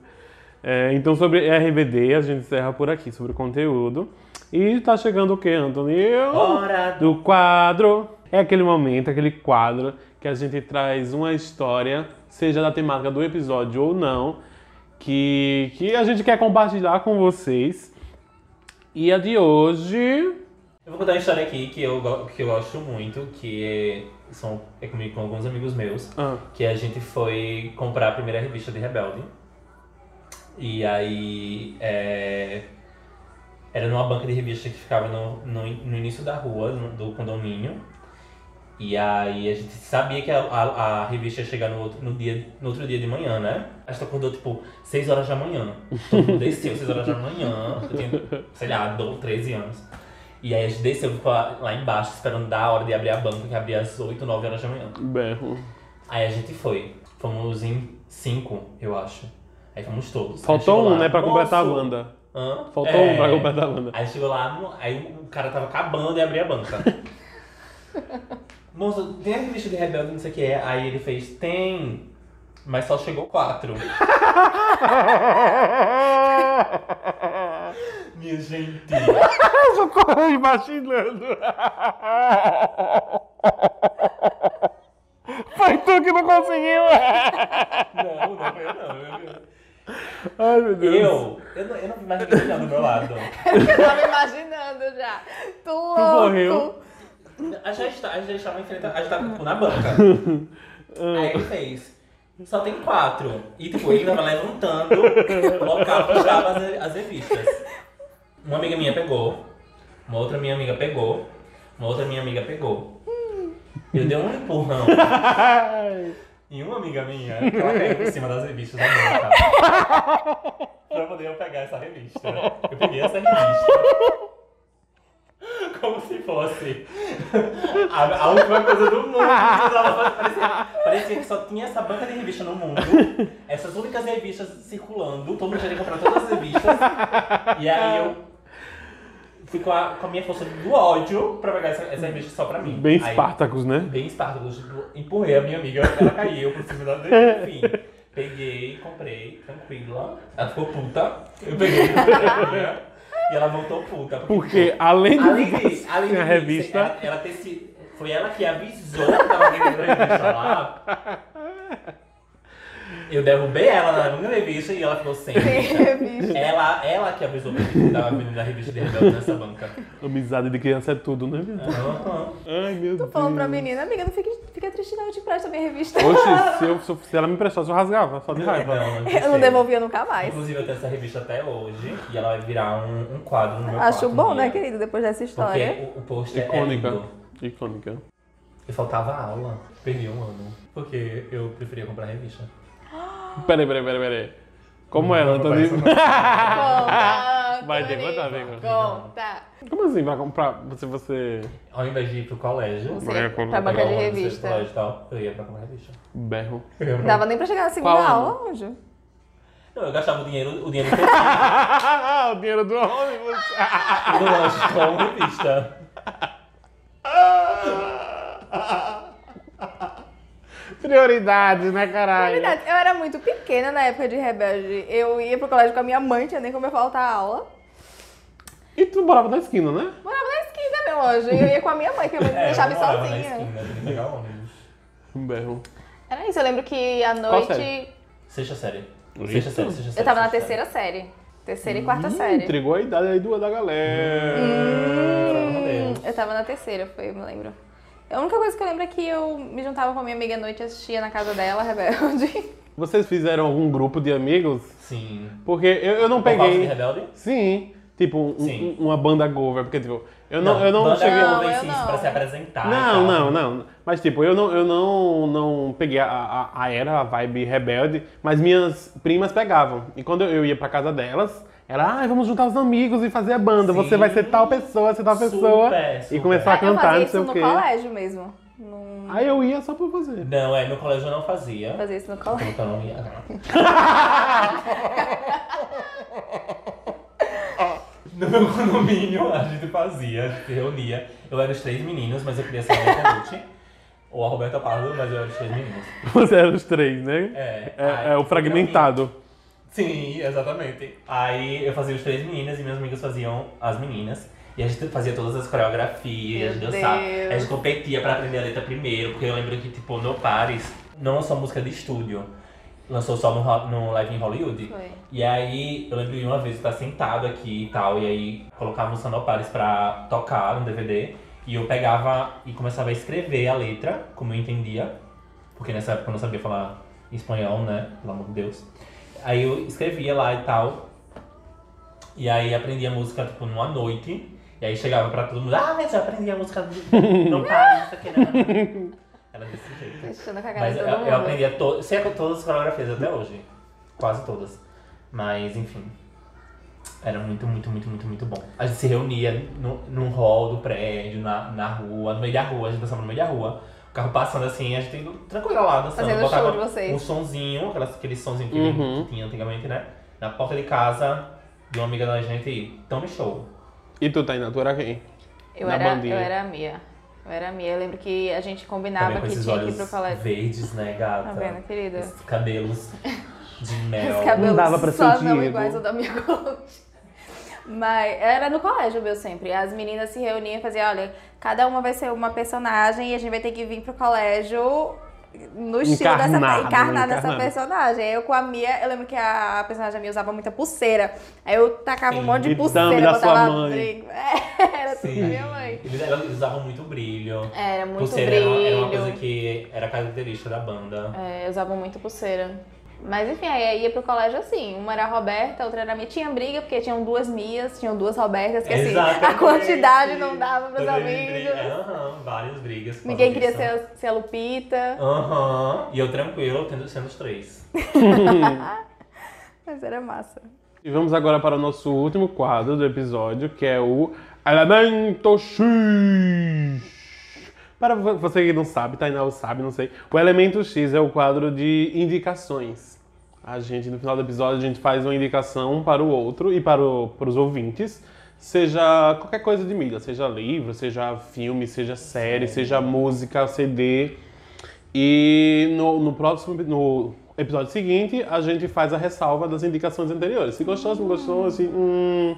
[SPEAKER 2] É, então, sobre RBD, a gente encerra por aqui, sobre o conteúdo. E tá chegando o que, Anthony? Eu-
[SPEAKER 3] Hora
[SPEAKER 2] Do quadro. É aquele momento, aquele quadro que a gente traz uma história, seja da temática do episódio ou não, que, que a gente quer compartilhar com vocês. E a de hoje.
[SPEAKER 3] Eu vou contar uma história aqui que eu, go- que eu gosto muito, que é- são, é comigo com alguns amigos meus,
[SPEAKER 2] Ah,
[SPEAKER 3] que a gente foi comprar a primeira revista de Rebelde. E aí. é, era numa banca de revista que ficava no, no, in- no início da rua, no- do condomínio. E aí a gente sabia que a, a- a revista ia chegar no outro, no, dia, no outro dia de manhã, né? A gente acordou tipo 6 horas da manhã. Todo mundo desceu 6 horas da manhã. Eu tinha, sei lá, 12, 13 anos. E aí a gente desceu ficou lá lá embaixo esperando dar a hora de abrir a banca, que abria às 8, 9 horas da manhã.
[SPEAKER 2] berro.
[SPEAKER 3] Aí a gente foi. Fomos em cinco, eu acho. Aí fomos todos. Aí
[SPEAKER 2] Faltou
[SPEAKER 3] chegou
[SPEAKER 2] um,
[SPEAKER 3] lá,
[SPEAKER 2] né, pra completar a
[SPEAKER 3] "Moço!"
[SPEAKER 2] banda.
[SPEAKER 3] Hã? É.
[SPEAKER 2] Faltou um pra completar a banda.
[SPEAKER 3] Aí chegou lá, mo- aí o cara tava acabando e abria a banca. Moço, tem a revista de Rebelde, não sei o que é. Aí ele fez, tem, mas só chegou quatro. Minha gente.
[SPEAKER 2] Socorro, imaginando. Foi tu que não conseguiu.
[SPEAKER 3] Não, não foi eu não. Eu,
[SPEAKER 2] Ai, meu Deus.
[SPEAKER 3] eu, eu, não, eu não vi mais ninguém olhando do meu lado.
[SPEAKER 4] Eu tava imaginando já. Tu louco.
[SPEAKER 2] morreu.
[SPEAKER 3] A gente tá- a gente estava enfrentando. A gente tava tipo, na banca. Aí ele fez. Só tem quatro. E tipo, ele tava levantando o local que tava as, as revistas. Uma amiga minha pegou. Uma outra minha amiga pegou. Uma outra minha amiga pegou. Eu dei um empurrão em uma amiga minha que ela caiu por cima das revistas da minha casa. Pra poder eu pegar essa revista. né? Eu peguei essa revista. Como se fosse a, a última coisa do mundo. Parecia, parecia que só tinha essa banca de revista no mundo. Essas únicas revistas circulando. Todo mundo já ia comprar todas as revistas. E aí eu fui com a, com a minha força do ódio pra pegar essa, essa revista só pra mim.
[SPEAKER 2] Bem
[SPEAKER 3] Aí-
[SPEAKER 2] Espartacus, né?
[SPEAKER 3] bem Spartacus, tipo, empurrei a minha amiga, ela caiu por cima da Enfim, peguei, comprei, tranquila. Ela ficou puta. Eu peguei, comprei a minha, e ela voltou puta.
[SPEAKER 2] Porque além de
[SPEAKER 3] além
[SPEAKER 2] ficar
[SPEAKER 3] de, além
[SPEAKER 2] sem
[SPEAKER 3] é. de
[SPEAKER 2] a revista,
[SPEAKER 3] Ela, ela ter se. Foi ela que avisou que tava vendendo a revista lá. Eu derrubei ela na minha revista e ela ficou sem.
[SPEAKER 4] Revista.
[SPEAKER 3] Ela, ela que avisou que tava vendendo a revista de rebelde nessa banca.
[SPEAKER 2] amizade de criança é tudo, né? vida?
[SPEAKER 3] Aham.
[SPEAKER 2] Ai, meu Deus.
[SPEAKER 4] Falando pra menina, amiga, não fica, fica triste não, eu te empresto a minha revista.
[SPEAKER 2] Oxe, se, eu- se eu- se ela me emprestasse, eu rasgava, só de
[SPEAKER 3] É,
[SPEAKER 2] raiva.
[SPEAKER 3] Não, não
[SPEAKER 4] Eu não
[SPEAKER 3] sei.
[SPEAKER 4] devolvia nunca mais.
[SPEAKER 3] Inclusive, eu tenho essa revista até hoje e ela vai virar um, um quadro no meu
[SPEAKER 4] Acho
[SPEAKER 3] quarto
[SPEAKER 4] bom,
[SPEAKER 3] um dia.
[SPEAKER 4] né, querido, depois dessa
[SPEAKER 3] Porque
[SPEAKER 4] história.
[SPEAKER 3] o, o pôster é
[SPEAKER 2] Icônica.
[SPEAKER 3] lindo.
[SPEAKER 2] Icônica.
[SPEAKER 3] Eu faltava aula, perdi um ano. Porque eu preferia comprar revista.
[SPEAKER 2] Peraí, peraí, peraí, peraí. Como ela,
[SPEAKER 3] Não, não
[SPEAKER 2] Antônio?
[SPEAKER 4] Conta,
[SPEAKER 2] Vai ter que
[SPEAKER 4] Antônio,
[SPEAKER 2] contar, vem contar.
[SPEAKER 4] Conta.
[SPEAKER 2] Como assim vai comprar? Você, você...
[SPEAKER 3] Ao invés de ir pro colégio,
[SPEAKER 4] Você
[SPEAKER 2] Vai,
[SPEAKER 4] ia
[SPEAKER 2] conta.
[SPEAKER 4] pra banca
[SPEAKER 3] pegar
[SPEAKER 4] de
[SPEAKER 3] um ônibus, ir pro
[SPEAKER 4] revista.
[SPEAKER 3] colégio e tal, eu ia pra comprar revista.
[SPEAKER 2] Berro.
[SPEAKER 3] Eu ia pra-
[SPEAKER 4] Dava nem pra chegar na segunda
[SPEAKER 2] Qual ano?
[SPEAKER 4] aula, anjo.
[SPEAKER 3] Não, eu gastava o dinheiro, o dinheiro que eu tinha
[SPEAKER 2] Ah, o dinheiro do homem, você...
[SPEAKER 3] no lanche com revista.
[SPEAKER 2] Ah! Prioridades, né, caralho?
[SPEAKER 4] É Verdade, eu era muito pequena na época de Rebelde. Eu ia pro colégio com a minha mãe, tinha nem como eu faltar a aula.
[SPEAKER 2] E tu morava na esquina, né?
[SPEAKER 4] Morava na esquina, meu anjo. E eu ia com a minha mãe, que a minha mãe me
[SPEAKER 3] É,
[SPEAKER 4] deixava ir
[SPEAKER 3] eu morava
[SPEAKER 4] sozinha.
[SPEAKER 3] na esquina, tinha que pegar ônibus.
[SPEAKER 2] Berro.
[SPEAKER 4] Era isso, eu lembro que à
[SPEAKER 2] série?
[SPEAKER 4] noite
[SPEAKER 3] Sexta série.
[SPEAKER 2] Eita.
[SPEAKER 3] Sexta série, sexta série.
[SPEAKER 4] eu tava na
[SPEAKER 3] sexta série.
[SPEAKER 4] terceira série. Terceira e quarta
[SPEAKER 2] Ih,
[SPEAKER 4] série.
[SPEAKER 2] Entregou a idade aí do da galera.
[SPEAKER 3] Pelo amor de Deus.
[SPEAKER 4] Hum, Eu tava na terceira, foi, eu me lembro. A única coisa que eu lembro é que eu me juntava com a minha amiga à noite e assistia na casa dela, Rebelde.
[SPEAKER 2] Vocês fizeram algum grupo de amigos?
[SPEAKER 3] Sim.
[SPEAKER 2] Porque eu, eu não
[SPEAKER 3] Por causa de
[SPEAKER 2] peguei.
[SPEAKER 3] Rebelde?
[SPEAKER 2] Sim. Tipo, um-
[SPEAKER 3] Sim.
[SPEAKER 2] um- uma banda gover, porque tipo, eu não, eu não
[SPEAKER 3] banda
[SPEAKER 2] cheguei.
[SPEAKER 4] Não,
[SPEAKER 3] convence
[SPEAKER 4] eu
[SPEAKER 3] isso
[SPEAKER 4] não.
[SPEAKER 3] pra se apresentar. e
[SPEAKER 2] Não, não,
[SPEAKER 3] tal.
[SPEAKER 2] não. Mas tipo, eu não, eu não, não peguei a, a, a era, a vibe rebelde, mas minhas primas pegavam. E quando eu ia pra casa delas, era, ah, vamos juntar os amigos e fazer a banda. Você
[SPEAKER 3] Sim.
[SPEAKER 2] vai ser tal pessoa, ser tal
[SPEAKER 3] Super,
[SPEAKER 2] pessoa. E
[SPEAKER 3] super.
[SPEAKER 2] começar a
[SPEAKER 4] eu
[SPEAKER 2] cantar,
[SPEAKER 4] fazia
[SPEAKER 2] não sei
[SPEAKER 4] isso
[SPEAKER 2] o
[SPEAKER 4] no
[SPEAKER 2] quê.
[SPEAKER 4] colégio mesmo. Não
[SPEAKER 2] Aí eu ia só pra fazer.
[SPEAKER 3] Não, é, no colégio eu não fazia.
[SPEAKER 4] fazia isso no colégio.
[SPEAKER 3] Porque eu não ia. Ah, No meu condomínio a gente fazia, a gente se reunia. Eu era os três meninos, mas eu queria ser a Roberta Lucci. Ou a Roberta Pardo, mas eu era os três meninos.
[SPEAKER 2] Você era os três, né?
[SPEAKER 3] É, aí-
[SPEAKER 2] É, é o fragmentado.
[SPEAKER 3] Sim, exatamente. Aí eu fazia os três meninas e meus amigos faziam as meninas. E a gente fazia todas as coreografias,
[SPEAKER 4] Meu
[SPEAKER 3] dançava.
[SPEAKER 4] Deus.
[SPEAKER 3] A gente competia pra aprender a letra primeiro, porque eu lembro que, tipo, no Paris, não lançou música de estúdio. Lançou só no, Ho- no live em Hollywood.
[SPEAKER 4] Foi.
[SPEAKER 3] E aí, eu lembro de uma vez eu estar sentado aqui e tal, e aí colocava um Sanopares pra tocar no DVD. E eu pegava e começava a escrever a letra, como eu entendia. Porque nessa época eu não sabia falar espanhol, né? Pelo amor de Deus. Aí eu escrevia lá e tal. E aí aprendi a música, tipo, numa noite. E aí chegava pra todo mundo, ah, mas eu aprendi a música do- no Paris, isso aqui, né? Era desse jeito.
[SPEAKER 4] Fechando com a cara
[SPEAKER 3] Mas
[SPEAKER 4] de
[SPEAKER 3] eu,
[SPEAKER 4] Tá todo
[SPEAKER 3] eu
[SPEAKER 4] mundo.
[SPEAKER 3] aprendi a to... sei todas as coreografias até hoje. Quase todas. Mas, enfim. Era muito, muito, muito, muito, muito bom. A gente se reunia no, num hall do prédio, na, na rua, no meio da rua, a gente dançava no meio da rua. O carro passando assim, a gente tranquila lá, dançando.
[SPEAKER 4] Fazendo
[SPEAKER 3] Botava
[SPEAKER 4] show de vocês.
[SPEAKER 3] Um sonzinho, aquelas, aquele sonzinho que
[SPEAKER 2] Uhum.
[SPEAKER 3] tinha antigamente, né? Na porta de casa de uma amiga da gente e tome show.
[SPEAKER 2] E tu, Tainá, tu era quem?
[SPEAKER 4] Eu
[SPEAKER 2] na
[SPEAKER 4] era,
[SPEAKER 2] bandinha.
[SPEAKER 4] eu era a Mia. Eu era a Mia. Eu lembro que a gente
[SPEAKER 3] Também
[SPEAKER 4] combinava
[SPEAKER 3] com
[SPEAKER 4] que
[SPEAKER 3] esses
[SPEAKER 4] tinha que ir
[SPEAKER 3] olhos
[SPEAKER 4] pro colégio.
[SPEAKER 3] verdes, né,
[SPEAKER 4] Tá
[SPEAKER 3] gata?
[SPEAKER 4] vendo, querida?
[SPEAKER 3] Esses cabelos de mel.
[SPEAKER 4] Os cabelos
[SPEAKER 2] dava pra ser o
[SPEAKER 4] só não
[SPEAKER 2] Diego.
[SPEAKER 4] iguais ao da minha coach. Mas era no colégio meu sempre. As meninas se reuniam e faziam, olha, cada uma vai ser uma personagem e a gente vai ter que vir pro colégio no estilo dessa
[SPEAKER 2] Encarnado, né?
[SPEAKER 4] encarnar dessa
[SPEAKER 2] Encarnado.
[SPEAKER 4] personagem. Aí Eu com a Mia, eu lembro que a personagem minha usava muita pulseira. Aí eu tacava um
[SPEAKER 3] Sim.
[SPEAKER 4] monte de
[SPEAKER 2] E dame
[SPEAKER 4] pulseira,
[SPEAKER 2] da sua
[SPEAKER 4] botava
[SPEAKER 2] mãe.
[SPEAKER 4] brinco. É, era tudo
[SPEAKER 3] Sim.
[SPEAKER 4] minha mãe.
[SPEAKER 3] Eles, eram- eles usavam muito brilho.
[SPEAKER 4] Era muito
[SPEAKER 3] Pulseira era uma-
[SPEAKER 4] brilho.
[SPEAKER 3] Era, uma coisa que era característica da banda.
[SPEAKER 4] É, eu usava muito pulseira. Mas enfim, aí ia pro colégio assim. Uma era a Roberta, outra era a minha. Tinha briga, porque tinham duas Mias, tinham duas Robertas, que assim, a
[SPEAKER 3] Exatamente.
[SPEAKER 4] quantidade não dava pros
[SPEAKER 3] Também briga- é,
[SPEAKER 4] amigos.
[SPEAKER 3] Aham, várias brigas.
[SPEAKER 2] É,
[SPEAKER 3] por
[SPEAKER 4] Ninguém
[SPEAKER 3] causa
[SPEAKER 4] queria
[SPEAKER 3] disso.
[SPEAKER 4] ser, a- ser a Lupita.
[SPEAKER 3] Aham. E eu tranquilo, tendo sendo os três.
[SPEAKER 4] Mas era massa.
[SPEAKER 2] E vamos agora para o nosso último quadro do episódio, que é o Elemento X. Para vo- você que não sabe, Tainá não sabe, não sei. O Elemento X é o quadro de indicações. A gente, no final do episódio, a gente faz uma indicação para o outro e para, o- para os ouvintes. Seja qualquer coisa de mídia, seja livro, seja filme, seja série, seja música, CD. E no, no próximo no episódio seguinte, a gente faz a ressalva das indicações anteriores. Se gostou, se não gostou, assim. Hum...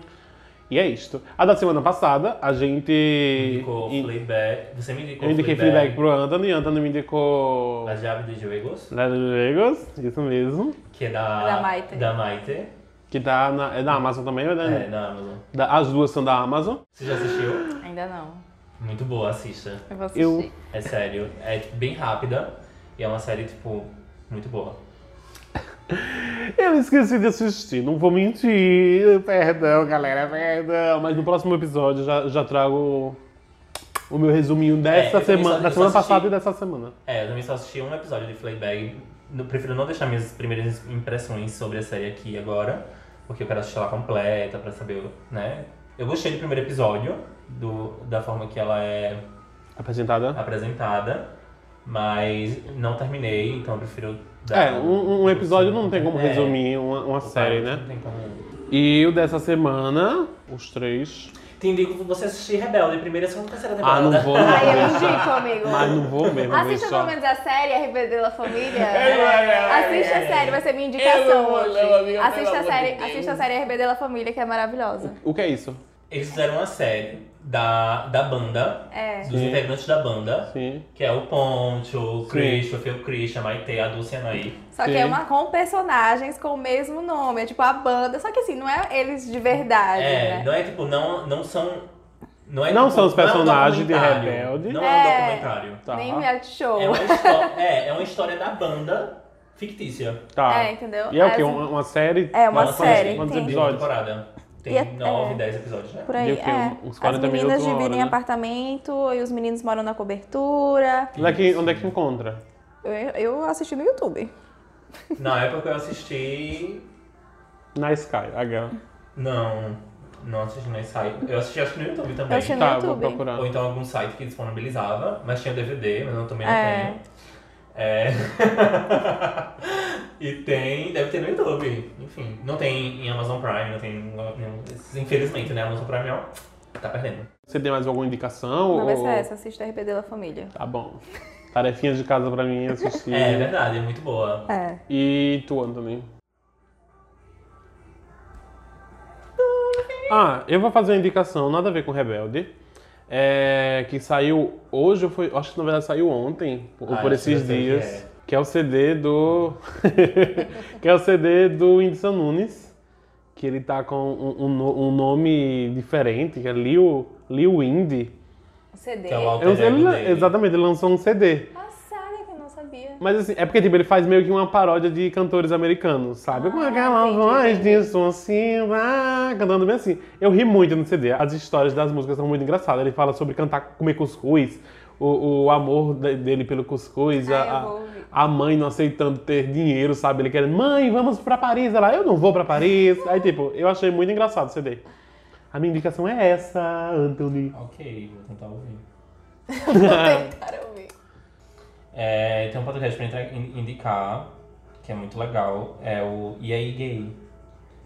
[SPEAKER 2] E é isto. A da semana passada, a gente.
[SPEAKER 3] Indicou
[SPEAKER 2] in-
[SPEAKER 3] Fleabag. Você me indicou
[SPEAKER 2] eu indiquei feedback pro Anthony, Anthony me indicou.
[SPEAKER 3] A Jave de Juegos,
[SPEAKER 2] Leather Legos, isso mesmo.
[SPEAKER 3] que é da,
[SPEAKER 4] Da Maite.
[SPEAKER 3] da Maite,
[SPEAKER 2] Que tá na, é da Amazon também, ou
[SPEAKER 3] é,
[SPEAKER 2] é?
[SPEAKER 3] na Amazon.
[SPEAKER 2] da- as duas são da Amazon.
[SPEAKER 3] Você já assistiu?
[SPEAKER 4] Ainda não.
[SPEAKER 3] Muito boa, assista.
[SPEAKER 4] Eu vou assistir.
[SPEAKER 2] Eu-
[SPEAKER 3] É sério. É tipo, bem rápida e é uma série, tipo, muito boa.
[SPEAKER 2] Eu esqueci de assistir, não vou mentir. Perdão, galera, perdão. Mas no próximo episódio já, já trago o meu resuminho dessa
[SPEAKER 3] eu também
[SPEAKER 2] semana,
[SPEAKER 3] só-
[SPEAKER 2] da
[SPEAKER 3] eu só
[SPEAKER 2] semana
[SPEAKER 3] assisti-
[SPEAKER 2] passada e dessa semana.
[SPEAKER 3] É, eu também só assisti um episódio de Fleabag. Não- Prefiro não deixar minhas primeiras impressões sobre a série aqui agora, porque eu quero assistir ela completa pra saber, né? Eu gostei do primeiro episódio, do, da forma que ela é
[SPEAKER 2] Apresentada?
[SPEAKER 3] apresentada, mas não terminei, então eu prefiro dar.
[SPEAKER 2] É, um, um episódio não tem como
[SPEAKER 3] É,
[SPEAKER 2] resumir uma, uma
[SPEAKER 3] o
[SPEAKER 2] série,
[SPEAKER 3] cara
[SPEAKER 2] né?
[SPEAKER 3] Não tem como.
[SPEAKER 2] E o dessa semana, os três.
[SPEAKER 3] Te indico você assistir Rebelde, primeira, segunda, terceira temporada.
[SPEAKER 2] Ah, não vou, não
[SPEAKER 4] Ai, eu
[SPEAKER 2] vou ver.
[SPEAKER 4] indico, amigo.
[SPEAKER 2] Mas não vou mesmo. ver
[SPEAKER 4] Assista
[SPEAKER 2] só.
[SPEAKER 4] pelo menos a série RBD La Família.
[SPEAKER 2] ai,
[SPEAKER 4] Assiste a
[SPEAKER 2] ai,
[SPEAKER 4] série, vai ser minha indicação.
[SPEAKER 2] amo,
[SPEAKER 4] hoje.
[SPEAKER 2] eu amo, amiga,
[SPEAKER 4] Assista
[SPEAKER 2] pelo
[SPEAKER 4] a
[SPEAKER 2] amor
[SPEAKER 4] série,
[SPEAKER 2] de Deus.
[SPEAKER 4] assista a série RBD La Família, que é maravilhosa.
[SPEAKER 2] O que é isso?
[SPEAKER 3] Eles fizeram uma série da, da banda,
[SPEAKER 4] É.
[SPEAKER 3] dos
[SPEAKER 2] Sim.
[SPEAKER 3] integrantes da banda.
[SPEAKER 2] Sim.
[SPEAKER 3] Que é o Ponte, o Christopher, o Christian, a Maite, a Dulce e a Anaí.
[SPEAKER 4] Só que
[SPEAKER 2] Sim.
[SPEAKER 4] é uma com personagens com o mesmo nome, é tipo a banda, só que assim, não é eles de verdade,
[SPEAKER 3] É,
[SPEAKER 4] né?
[SPEAKER 3] não é tipo, não, não são. Não, é,
[SPEAKER 2] Não
[SPEAKER 3] tipo,
[SPEAKER 2] são os
[SPEAKER 3] não é um
[SPEAKER 2] personagens de
[SPEAKER 3] documentário.
[SPEAKER 2] Rebelde.
[SPEAKER 3] Não é,
[SPEAKER 4] É.
[SPEAKER 3] um documentário.
[SPEAKER 2] Tá.
[SPEAKER 4] Nem reality show.
[SPEAKER 3] É uma, histó- é, é uma história da banda fictícia.
[SPEAKER 2] Tá.
[SPEAKER 4] É, entendeu?
[SPEAKER 2] E é o quê?
[SPEAKER 4] As-
[SPEAKER 2] Uma, uma série?
[SPEAKER 4] É uma
[SPEAKER 3] Não, são
[SPEAKER 4] série,
[SPEAKER 3] quantos
[SPEAKER 2] tem.
[SPEAKER 3] episódios? Uma temporada.
[SPEAKER 4] E
[SPEAKER 3] Tem
[SPEAKER 4] é-
[SPEAKER 3] nove,
[SPEAKER 4] é.
[SPEAKER 3] dez episódios, né?
[SPEAKER 4] Por
[SPEAKER 2] Deu
[SPEAKER 4] aí,
[SPEAKER 2] o quê?
[SPEAKER 4] é.
[SPEAKER 2] um- Uns 40
[SPEAKER 4] As meninas
[SPEAKER 2] minutos, uma
[SPEAKER 4] dividem
[SPEAKER 2] hora, né?
[SPEAKER 4] apartamento e os meninos moram na cobertura.
[SPEAKER 2] Onde é, que, onde é que encontra?
[SPEAKER 4] Eu, eu assisti no YouTube.
[SPEAKER 3] Na época eu assisti.
[SPEAKER 2] Na Sky, H.
[SPEAKER 3] Não, não assisti no site. Eu assisti acho que no YouTube também.
[SPEAKER 4] Eu assisti no
[SPEAKER 2] Tá, eu vou
[SPEAKER 4] YouTube.
[SPEAKER 2] procurar.
[SPEAKER 3] Ou então algum site que disponibilizava, mas tinha DVD, mas eu também não
[SPEAKER 4] É.
[SPEAKER 3] tenho. É. e tem. Deve ter no YouTube. Enfim. Não tem em Amazon Prime, não tem. em nenhum- Infelizmente, né? Amazon Prime ó, tá perdendo.
[SPEAKER 2] Você tem mais alguma indicação?
[SPEAKER 4] Não vai ser
[SPEAKER 2] ou-
[SPEAKER 4] é essa, assista RBD da Família.
[SPEAKER 2] Tá bom. Tarefinhas de casa pra mim assistir.
[SPEAKER 3] É, verdade, é muito
[SPEAKER 2] Tá.
[SPEAKER 3] boa.
[SPEAKER 4] É.
[SPEAKER 2] E tu, Anthony? Ah, eu vou fazer uma indicação, nada a ver com Rebelde. É, que saiu hoje, ou foi, acho que na verdade saiu ontem, ou por
[SPEAKER 3] Ah, acho que
[SPEAKER 2] esses
[SPEAKER 3] eu sei o que
[SPEAKER 2] dias.
[SPEAKER 3] é.
[SPEAKER 2] Que é o CD do. que é o CD do Whindersson Nunes. Que ele tá com um, um no- um nome diferente, que é Lil, Lil Windy.
[SPEAKER 4] CD.
[SPEAKER 2] Tá
[SPEAKER 3] Que é o alter
[SPEAKER 2] Eu- ele
[SPEAKER 3] ego
[SPEAKER 2] lan-
[SPEAKER 3] dele.
[SPEAKER 2] exatamente, ele lançou um CD.
[SPEAKER 4] Passada que eu não sabia.
[SPEAKER 2] Mas assim, é porque tipo, ele faz meio que uma paródia de cantores americanos, sabe? Com aquela
[SPEAKER 4] Ah, entendi,
[SPEAKER 2] voz
[SPEAKER 4] entendi.
[SPEAKER 2] de som assim, ah, cantando bem assim. Eu ri muito no CD, as histórias das músicas são muito engraçadas. Ele fala sobre cantar, comer cuscuz, o, o amor de- dele pelo cuscuz,
[SPEAKER 4] Ah,
[SPEAKER 2] a-
[SPEAKER 4] eu
[SPEAKER 2] a,
[SPEAKER 4] vou ouvir.
[SPEAKER 2] a mãe não aceitando ter dinheiro, sabe? Ele querendo, mãe, vamos pra Paris. Ela, eu não vou pra Paris. Aí tipo, eu achei muito engraçado o CD. A minha indicação é essa, Anthony.
[SPEAKER 3] Ok, vou tentar ouvir.
[SPEAKER 4] Vou tentar ouvir.
[SPEAKER 3] É, tem um podcast pra entrar- in- indicar, que é muito legal, é o E aí Gay.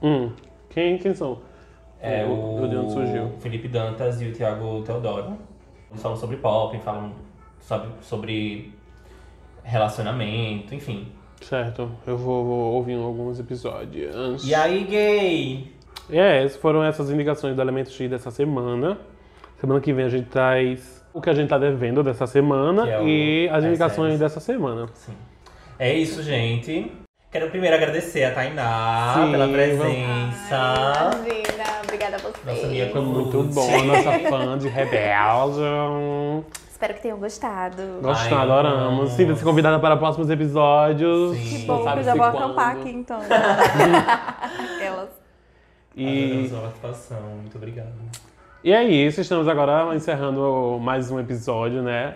[SPEAKER 2] Hum, quem, quem são?
[SPEAKER 3] É o,
[SPEAKER 2] o de onde surgiu.
[SPEAKER 3] Felipe Dantas e o Thiago Teodoro. Eles falam sobre pop, falam sobre, sobre relacionamento, enfim.
[SPEAKER 2] Certo, eu vou, vou ouvir alguns episódios.
[SPEAKER 3] E aí, gay?
[SPEAKER 2] E é, essas foram essas indicações do Elemento X dessa semana. Semana que vem a gente traz o que a gente tá devendo dessa semana
[SPEAKER 3] Que é o-
[SPEAKER 2] e as
[SPEAKER 3] as
[SPEAKER 2] indicações
[SPEAKER 3] séries.
[SPEAKER 2] dessa semana.
[SPEAKER 3] Sim. É isso, gente. Quero primeiro agradecer a Tainá
[SPEAKER 2] Sim,
[SPEAKER 3] pela
[SPEAKER 2] vamos- Tá.
[SPEAKER 3] presença.
[SPEAKER 4] Ai, Imagina, obrigada a vocês.
[SPEAKER 3] Nossa, minha
[SPEAKER 2] Foi muito bom, nossa fã de Rebelde.
[SPEAKER 4] Espero que tenham gostado.
[SPEAKER 2] Gostado,
[SPEAKER 3] Ai,
[SPEAKER 2] adoramos.
[SPEAKER 3] vamos.
[SPEAKER 2] Sinta-se convidada para próximos episódios.
[SPEAKER 3] Sim. Não
[SPEAKER 4] Que bom, que eu
[SPEAKER 2] sabe-se
[SPEAKER 4] já vou
[SPEAKER 2] quando.
[SPEAKER 4] acampar aqui então. Aquelas.
[SPEAKER 2] E,
[SPEAKER 3] Adoramos a participação, muito obrigado.
[SPEAKER 2] e é isso, estamos agora encerrando mais um episódio, né?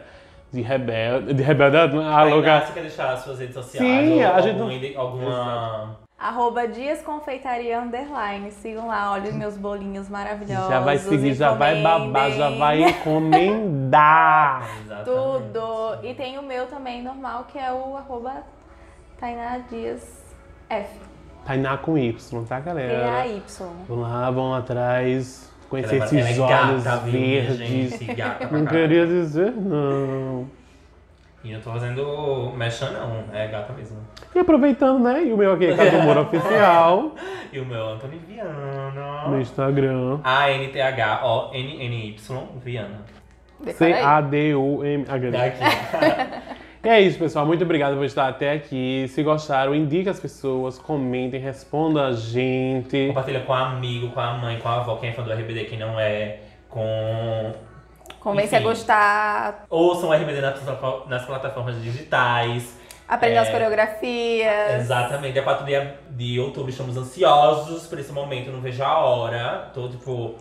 [SPEAKER 2] De Rebelde. De Rebelde, né, a
[SPEAKER 3] Ainda
[SPEAKER 2] louca.
[SPEAKER 3] Você quer deixar as suas redes sociais?
[SPEAKER 2] Sim,
[SPEAKER 3] ou
[SPEAKER 2] a gente
[SPEAKER 3] algum
[SPEAKER 2] não-
[SPEAKER 3] ide- Alguma...
[SPEAKER 4] Arroba Dias Confeitaria Underline. Sigam lá, olhem meus bolinhos maravilhosos.
[SPEAKER 2] Já vai seguir, já vai babar, já
[SPEAKER 4] encomendem
[SPEAKER 2] vai encomendar.
[SPEAKER 4] Tudo.
[SPEAKER 3] Exatamente.
[SPEAKER 4] E tem o meu também, normal, que é o arroba Tainá Dias F.
[SPEAKER 2] Tainá Tá com Y, tá, galera?
[SPEAKER 4] T-A-Y.
[SPEAKER 2] Vão lá, vão atrás, conhecer
[SPEAKER 3] Ela- ela é
[SPEAKER 2] esses
[SPEAKER 3] gata,
[SPEAKER 2] olhos
[SPEAKER 3] viu, minha
[SPEAKER 2] verdes.
[SPEAKER 3] gente? Gata pra
[SPEAKER 2] Não
[SPEAKER 3] caralho.
[SPEAKER 2] queria dizer, não.
[SPEAKER 3] E eu tô fazendo mexa não, é gata mesmo.
[SPEAKER 2] E aproveitando, né? E o meu aqui, Cadu Moura Oficial,
[SPEAKER 3] E o meu Antônio Viana.
[SPEAKER 2] no Instagram.
[SPEAKER 3] A-N-T-H-O-N-N-Y Viana.
[SPEAKER 4] Decora aí.
[SPEAKER 2] C-A-D-U-M. Ah, grande.
[SPEAKER 3] Daqui.
[SPEAKER 2] E é isso, pessoal. Muito obrigado por estar até aqui. Se gostaram, indique as pessoas, comentem, responda a gente.
[SPEAKER 3] Compartilha com amigo, com a mãe, com a avó, quem é fã do RBD, quem não é, com.
[SPEAKER 4] Comece a
[SPEAKER 3] Enfim.
[SPEAKER 4] gostar,
[SPEAKER 3] Ouçam o RBD nas, plataform- nas plataformas digitais.
[SPEAKER 4] aprender
[SPEAKER 3] É.
[SPEAKER 4] as coreografias.
[SPEAKER 2] É.
[SPEAKER 3] Exatamente. é Dia 4 de, de outubro, estamos ansiosos por esse momento, não vejo a hora. Tô tipo.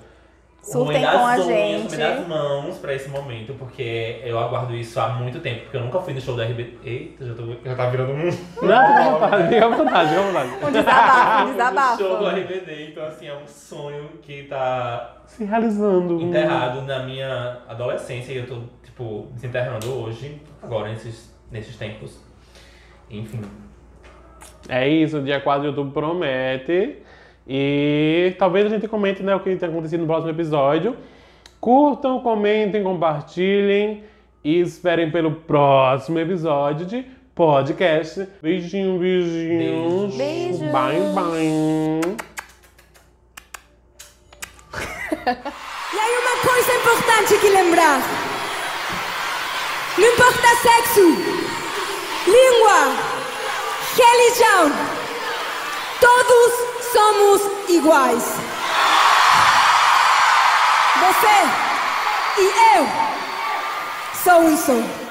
[SPEAKER 4] Surtem
[SPEAKER 3] ruim das
[SPEAKER 4] com a
[SPEAKER 3] unhas,
[SPEAKER 4] gente.
[SPEAKER 3] ruim das mãos pra esse momento, porque eu aguardo isso há muito tempo, porque eu nunca fui no show da RBD. Eita, já, tô, já tá virando um.
[SPEAKER 2] Não, fica à vontade, fica à vontade, fica à vontade.
[SPEAKER 4] Um desabafo, um
[SPEAKER 3] O show do
[SPEAKER 2] é.
[SPEAKER 4] desabafo.
[SPEAKER 3] RBD, então assim, é um sonho que tá
[SPEAKER 2] Se realizando.
[SPEAKER 4] Hum.
[SPEAKER 3] enterrado na minha adolescência e eu tô, tipo, desenterrando hoje, agora, nesses, nesses tempos. Enfim.
[SPEAKER 2] É isso, dia 4 de outubro promete. E talvez a gente comente né, o que tem acontecido no próximo episódio. Curtam, comentem, compartilhem e esperem pelo próximo episódio de podcast. Beijinho, beijinhos.
[SPEAKER 4] Beijos.
[SPEAKER 2] Bye, bye.
[SPEAKER 1] E hay una cosa importante que lembrar. Não importa sexo, língua, religião. Todos somos iguais. Você e eu sou um isso.